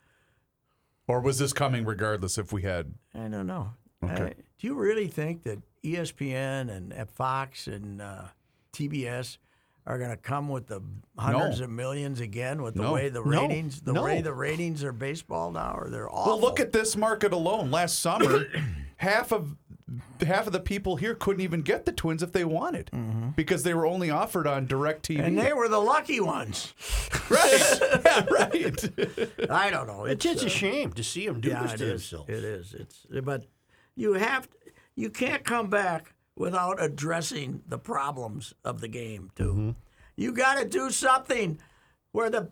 Speaker 3: Or was this coming regardless if we had?
Speaker 2: I don't know. Uh, do you really think that E ESPN and uh, Fox and uh, TBS are going to come with the hundreds
Speaker 3: No.
Speaker 2: of millions again with the
Speaker 3: No.
Speaker 2: way the
Speaker 4: No.
Speaker 2: ratings, the way
Speaker 4: No.
Speaker 2: the ratings are baseball now, or they're awful?
Speaker 3: Well, look at this market alone. Last summer, half of half of the people here couldn't even get the Twins if they wanted because they were only offered on direct TV.
Speaker 2: Mm-hmm. and they were the lucky ones.
Speaker 3: right. yeah, right.
Speaker 2: I don't know. uh,
Speaker 4: It's just a shame to see him do
Speaker 2: yeah,
Speaker 4: this
Speaker 2: it
Speaker 4: to
Speaker 2: is.
Speaker 4: himself.
Speaker 2: It is. It's but you have you can't come back without addressing the problems of the game too.
Speaker 4: Mm-hmm.
Speaker 2: You got to do something where the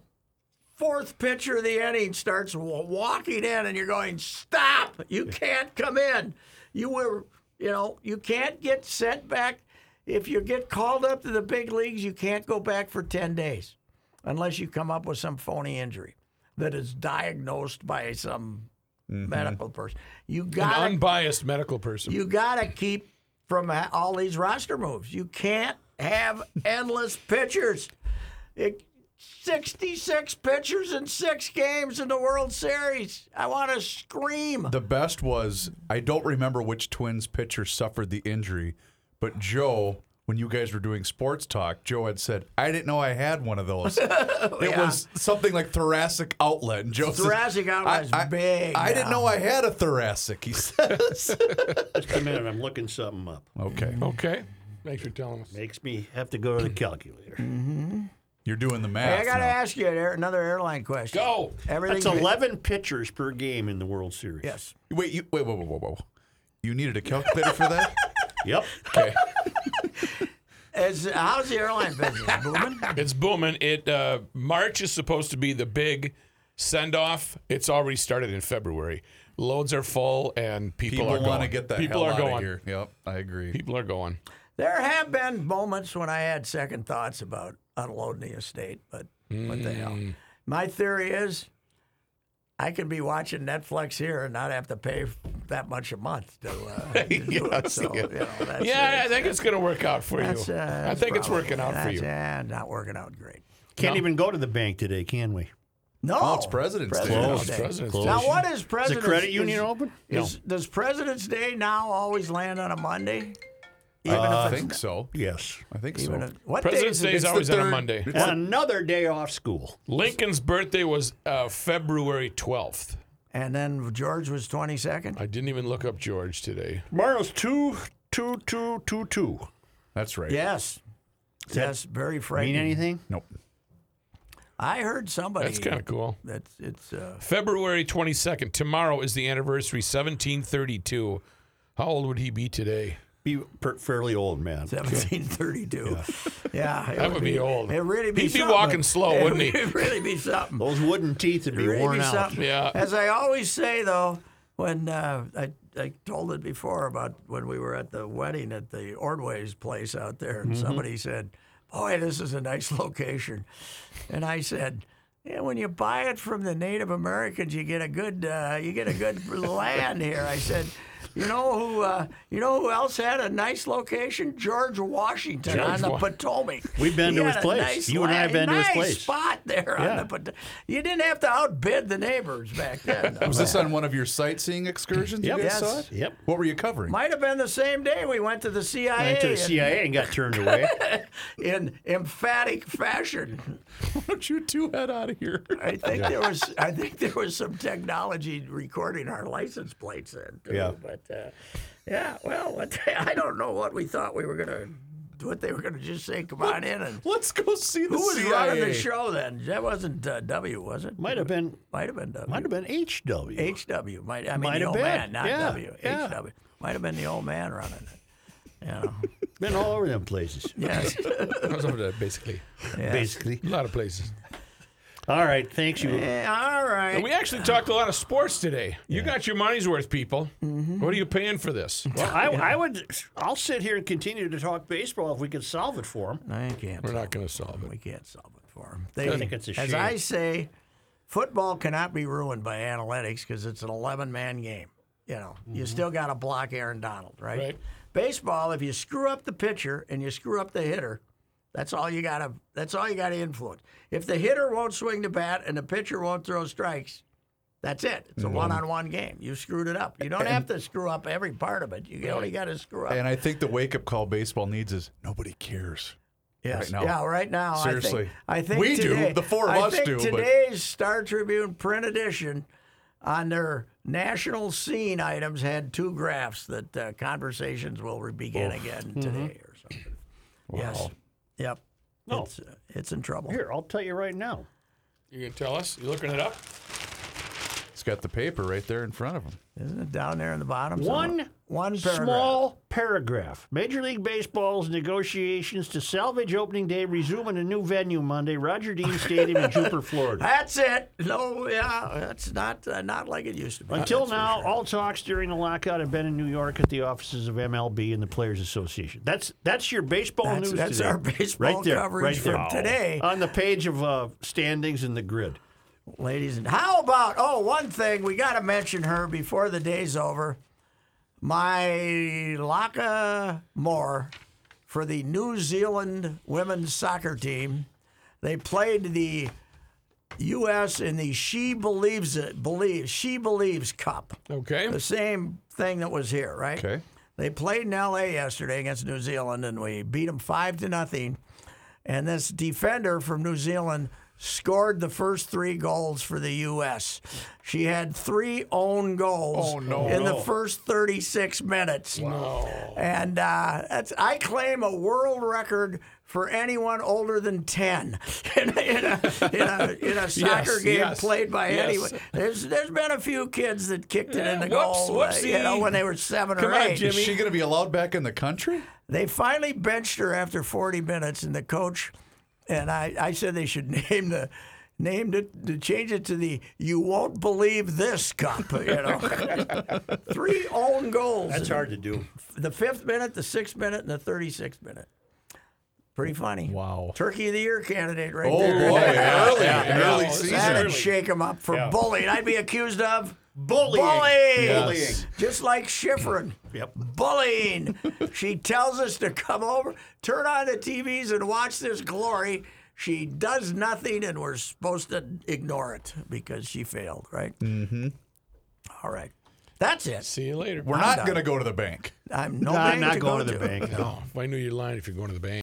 Speaker 2: fourth pitcher of the inning starts wa- walking in, and you're going, "Stop! You can't come in. You were, you know, you can't get sent back." If you get called up to the big leagues, you can't go back for 10 days unless you come up with some phony injury that is diagnosed by some medical person. You
Speaker 1: An
Speaker 2: got to
Speaker 1: unbiased medical person.
Speaker 2: you got to keep from ha- all these roster moves. You can't have endless pitchers. It, 66 pitchers in 6 games in the World Series. I want to scream.
Speaker 3: The best was I don't remember which Twins pitcher suffered the injury, but Joe, when you guys were doing sports talk, Joe had said, "I didn't know I had one of those." It was something like thoracic outlet, and Joe says,
Speaker 2: Thoracic outlet's
Speaker 3: I, I,
Speaker 2: big
Speaker 3: I didn't
Speaker 2: now."
Speaker 3: know I had a thoracic. He says,
Speaker 4: Just a minute, I'm looking something up.
Speaker 3: "Okay,
Speaker 1: Okay. Thanks for telling us.
Speaker 4: Makes me have to go to the calculator.
Speaker 3: you're doing the
Speaker 2: Hey,
Speaker 3: math."
Speaker 2: I got to
Speaker 3: now.
Speaker 2: ask you an air- another airline question.
Speaker 1: Go.
Speaker 2: Everything
Speaker 4: That's
Speaker 2: you-
Speaker 4: 11 pitchers per game in the World Series.
Speaker 2: Yes.
Speaker 3: Wait, you wait, whoa, whoa, whoa, whoa. You needed a calculator for that?
Speaker 4: Yep.
Speaker 3: Okay.
Speaker 2: Is, how's the airline business booming?
Speaker 1: It's booming. It uh, March is supposed to be the big send off. It's already started in February. Loads are full, and people,
Speaker 3: People
Speaker 1: are going.
Speaker 3: want to get the
Speaker 1: people
Speaker 3: hell
Speaker 1: are
Speaker 3: out
Speaker 1: going.
Speaker 3: of here. Yep, I agree.
Speaker 1: People are going.
Speaker 2: There have been moments when I had second thoughts about unloading the estate, but what the hell.
Speaker 1: Mm.
Speaker 2: My theory is I could be watching Netflix here and not have to pay that much a month to, uh, to do it. So, you know, that's,
Speaker 1: Yeah,
Speaker 2: uh,
Speaker 1: I think it's going to work out for you.
Speaker 2: that's, uh,
Speaker 1: I
Speaker 2: that's
Speaker 1: think it's
Speaker 2: probably-
Speaker 1: working out for
Speaker 2: that's,
Speaker 1: you.
Speaker 2: Yeah, not working out great.
Speaker 4: Can't even go to the bank today, can we?
Speaker 2: No,
Speaker 3: Oh, it's President's Day.
Speaker 1: Closed. President's Day.
Speaker 2: Now, what is
Speaker 4: Is the
Speaker 2: President's
Speaker 4: credit union
Speaker 2: is-
Speaker 4: open?
Speaker 2: Is, Does President's Day now always land on a Monday?
Speaker 3: I think so.
Speaker 4: Yes.
Speaker 3: I think
Speaker 2: Even
Speaker 3: so.
Speaker 2: if- what
Speaker 1: President's
Speaker 2: day
Speaker 1: Day
Speaker 2: is
Speaker 1: is
Speaker 2: it?
Speaker 1: always on a
Speaker 3: third-
Speaker 1: Monday.
Speaker 4: And another day off school.
Speaker 1: Lincoln's birthday was uh, February 12th.
Speaker 2: And then George was 22nd?
Speaker 1: I didn't even look up George today.
Speaker 4: Tomorrow's two, two, two, two, two.
Speaker 3: That's right.
Speaker 2: Yes. Yes, very frightening.
Speaker 4: Mean anything?
Speaker 3: Nope.
Speaker 2: I heard somebody.
Speaker 1: That's kind of cool.
Speaker 2: That's it's. Uh,
Speaker 1: February 22nd. Tomorrow is the anniversary, 1732. How old would he be today?
Speaker 4: Be per- fairly old, man.
Speaker 2: 1732. Yeah, it
Speaker 1: That would be old.
Speaker 2: It really be.
Speaker 1: He'd be
Speaker 2: something.
Speaker 1: walking slow,
Speaker 2: It
Speaker 1: wouldn't he?
Speaker 2: It'd really be something.
Speaker 4: Those wooden teeth would be
Speaker 2: Really
Speaker 4: worn
Speaker 2: be
Speaker 4: out.
Speaker 2: something.
Speaker 1: Yeah.
Speaker 2: As I always say, though, when uh, I I told it before about when we were at the wedding at the Ordway's place out there, and
Speaker 4: Mm-hmm.
Speaker 2: somebody said, "Boy, this is a nice location," and I said. Yeah, when you buy it from the Native Americans, you get a good uh, you get a good land here. I said, you know who uh, you know who else had a nice location? George Washington
Speaker 1: George
Speaker 2: on the
Speaker 1: Wa-
Speaker 2: Potomac.
Speaker 4: We've been
Speaker 2: He
Speaker 4: to
Speaker 2: had
Speaker 4: his
Speaker 2: a
Speaker 4: place.
Speaker 2: nice
Speaker 4: You and I have
Speaker 2: land-
Speaker 4: been to his
Speaker 2: nice
Speaker 4: place.
Speaker 2: spot there on the Pot- You didn't have to outbid the neighbors back then. though.
Speaker 3: Was this on one of your sightseeing excursions?
Speaker 4: Yep.
Speaker 3: You guys
Speaker 4: Yes.
Speaker 3: saw it?
Speaker 4: Yep.
Speaker 3: What were you covering?
Speaker 2: Might have been the same day we went to the CIA,
Speaker 4: Went to the
Speaker 2: in-
Speaker 4: CIA and got turned away.
Speaker 2: in emphatic fashion.
Speaker 3: Why don't you two head out of here?
Speaker 2: I think there was I think there was some technology recording our license plates in. Too,
Speaker 4: Yeah.
Speaker 2: But uh, yeah, well, what the- I don't know what we thought we were gonna what they were gonna just say. Come on in and.
Speaker 3: Let's go see the
Speaker 2: Who was running
Speaker 3: CIA.
Speaker 2: the show then? That wasn't uh, W, was it?
Speaker 4: might have been,
Speaker 2: might have been W.
Speaker 4: might have been HW.
Speaker 2: HW might I mean the
Speaker 4: Might have
Speaker 2: old
Speaker 4: been.
Speaker 2: man, not
Speaker 4: Yeah,
Speaker 2: W.
Speaker 4: yeah.
Speaker 2: HW might have been the old man running it. You know.
Speaker 4: been all over them places,
Speaker 2: yes.
Speaker 1: basically.
Speaker 4: basically.
Speaker 1: A lot of places.
Speaker 4: All right. Thanks, you.
Speaker 2: Eh, All right.
Speaker 1: We actually talked a lot of sports today. You got your money's worth, people. What are you paying for this?
Speaker 4: Well, I, I would. I'll sit here and continue to talk baseball if we could solve it for him.
Speaker 2: I can't.
Speaker 1: We're
Speaker 2: solve
Speaker 1: not going to solve
Speaker 2: it.
Speaker 1: it.
Speaker 2: We can't solve it for him. They,
Speaker 4: I think it's a
Speaker 2: as
Speaker 4: shame.
Speaker 2: I say, football cannot be ruined by analytics because it's an 11-man game. You know,
Speaker 4: Mm-hmm.
Speaker 2: you still got to block Aaron Donald, right?
Speaker 1: Right.
Speaker 2: Baseball, if you screw up the pitcher and you screw up the hitter, that's all you got to. That's all you got to influence. If the hitter won't swing the bat and the pitcher won't throw strikes, That's it. It's a
Speaker 4: Mm-hmm.
Speaker 2: one-on-one game. You screwed it up. You don't have to screw up every part of it. You only got to screw up.
Speaker 3: And I think the wake up call baseball needs is nobody cares.
Speaker 2: Yes.
Speaker 3: right now.
Speaker 2: Yeah, right now.
Speaker 3: Seriously.
Speaker 2: I think, I think
Speaker 3: We do.
Speaker 2: today-
Speaker 3: The four of
Speaker 2: I
Speaker 3: us
Speaker 2: think
Speaker 3: do, but-
Speaker 2: Today's Star Tribune print edition on their national scene items had two graphs that uh, conversations will re- begin
Speaker 3: Mm-hmm.
Speaker 2: again today or something. Yes. Yep.
Speaker 5: No.
Speaker 2: It's, uh, it's in trouble.
Speaker 5: Here, I'll tell you right now.
Speaker 1: You're gonna tell us? You looking it up?
Speaker 3: It's got the paper right there in front of him.
Speaker 2: Isn't it down there in the bottom?
Speaker 4: One
Speaker 2: somewhere? One paragraph.
Speaker 4: Small paragraph. Major League Baseball's negotiations to salvage opening day resume in a new venue Monday, Roger Dean Stadium in Jupiter, Florida.
Speaker 2: That's it. No, yeah, that's not uh, not like it used to be.
Speaker 4: Until
Speaker 2: That's for
Speaker 4: now,
Speaker 2: sure.
Speaker 4: all talks during the lockout have been in New York at the offices of MLB and the Players Association. That's that's your baseball
Speaker 2: That's-
Speaker 4: news.
Speaker 2: that's
Speaker 4: today.
Speaker 2: our baseball
Speaker 4: right there,
Speaker 2: coverage
Speaker 4: right there.
Speaker 2: from today.
Speaker 4: on the page of uh, standings in the grid.
Speaker 2: ladies and how about oh one thing we got to mention her before the day's over my Laka Moore for the New Zealand women's soccer team they played the US in the She Believes It Believes She Believes Cup
Speaker 1: Okay.
Speaker 2: the same thing that was here right
Speaker 3: Okay.
Speaker 2: they played in LA yesterday against New Zealand and we beat them 5 to nothing. And this defender from New Zealand scored the first 3 goals for the US. She had 3 own goals
Speaker 1: Oh, no.
Speaker 2: in
Speaker 1: No.
Speaker 2: the first 36 minutes.
Speaker 1: No.
Speaker 2: And uh, that's I claim a world record for anyone older than 10 in, a- in, a, in, a, in a soccer game
Speaker 1: yes,
Speaker 2: played by
Speaker 1: yes.
Speaker 2: anyone. There's, there's been a few kids that kicked it in the
Speaker 1: whoops,
Speaker 2: goal uh, you know,
Speaker 1: whoopsie.
Speaker 2: when they were 7
Speaker 1: Come
Speaker 2: or
Speaker 1: on,
Speaker 2: 8.
Speaker 1: Jimmy.
Speaker 3: Is she going to be allowed back in the country?
Speaker 2: They finally benched her after 40 minutes, and the coach and I, I said they should name the named it to change it to the "You Won't Believe This" Cup. You know, three own goals:
Speaker 5: That's hard to do.
Speaker 2: the fifth minute, the sixth minute, and the 36th minute. Pretty funny.
Speaker 3: Wow.
Speaker 2: Turkey of the Year candidate right
Speaker 3: Oh, boy.
Speaker 2: there.
Speaker 3: Early.
Speaker 1: yeah,
Speaker 3: Early
Speaker 1: yeah.
Speaker 3: season.
Speaker 2: That'd
Speaker 1: Early.
Speaker 2: shake him up for
Speaker 5: Yeah.
Speaker 2: bullying. I'd be accused of
Speaker 4: Bullying.
Speaker 2: bullying.
Speaker 3: Yes.
Speaker 2: Just like Schifrin.
Speaker 4: Yep.
Speaker 2: Bullying. she tells us to come over, turn on the TVs, and watch this glory. She does nothing, and we're supposed to ignore it because she failed, right? Mm-hmm. All right. That's it.
Speaker 1: See you later.
Speaker 3: We're
Speaker 2: I'm
Speaker 3: not
Speaker 2: done.
Speaker 3: going to go to the bank.
Speaker 2: I'm no
Speaker 4: No, I'm
Speaker 2: bank
Speaker 4: not
Speaker 2: to
Speaker 4: going
Speaker 2: go
Speaker 4: to the bank.
Speaker 1: No, if I knew your line, if you're going to the bank.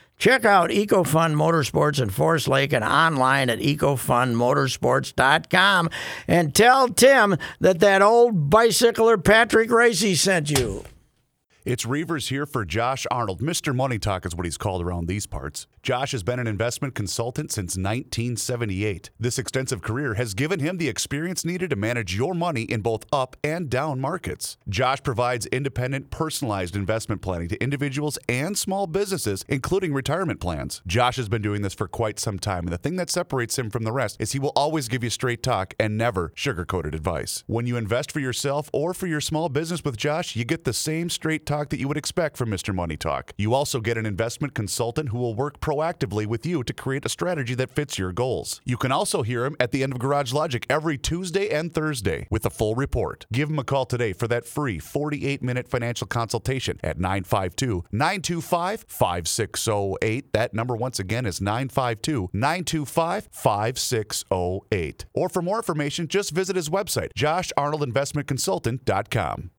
Speaker 2: Check out EcoFun Motorsports in Forest Lake and online at EcoFunMotorsports.com and tell Tim that that old bicycler Patrick Racy sent you.
Speaker 3: It's Reavers here for Josh Arnold. Mr. Money Talk is what he's called around these parts. Josh has been an investment consultant since 1978. This extensive career has given him the experience needed to manage your money in both up and down markets. Josh provides independent, personalized investment planning to individuals and small businesses, including retirement plans. Josh has been doing this for quite some time, and the thing that separates him from the rest is he will always give you straight talk and never sugar-coated advice. When you invest for yourself or for your small business with Josh, you get the same straight talk that you would expect from Mr. Money Talk. You also get an investment consultant who will work proactively with you to create a strategy that fits your goals. You can also hear him at the end of Garage Logic every Tuesday and Thursday with a full report. Give him a call today for that free 48 minute financial consultation at 952 925 5608. That number, once again, is 952 925 5608. Or for more information, just visit his website, josharnoldinvestmentconsultant.com.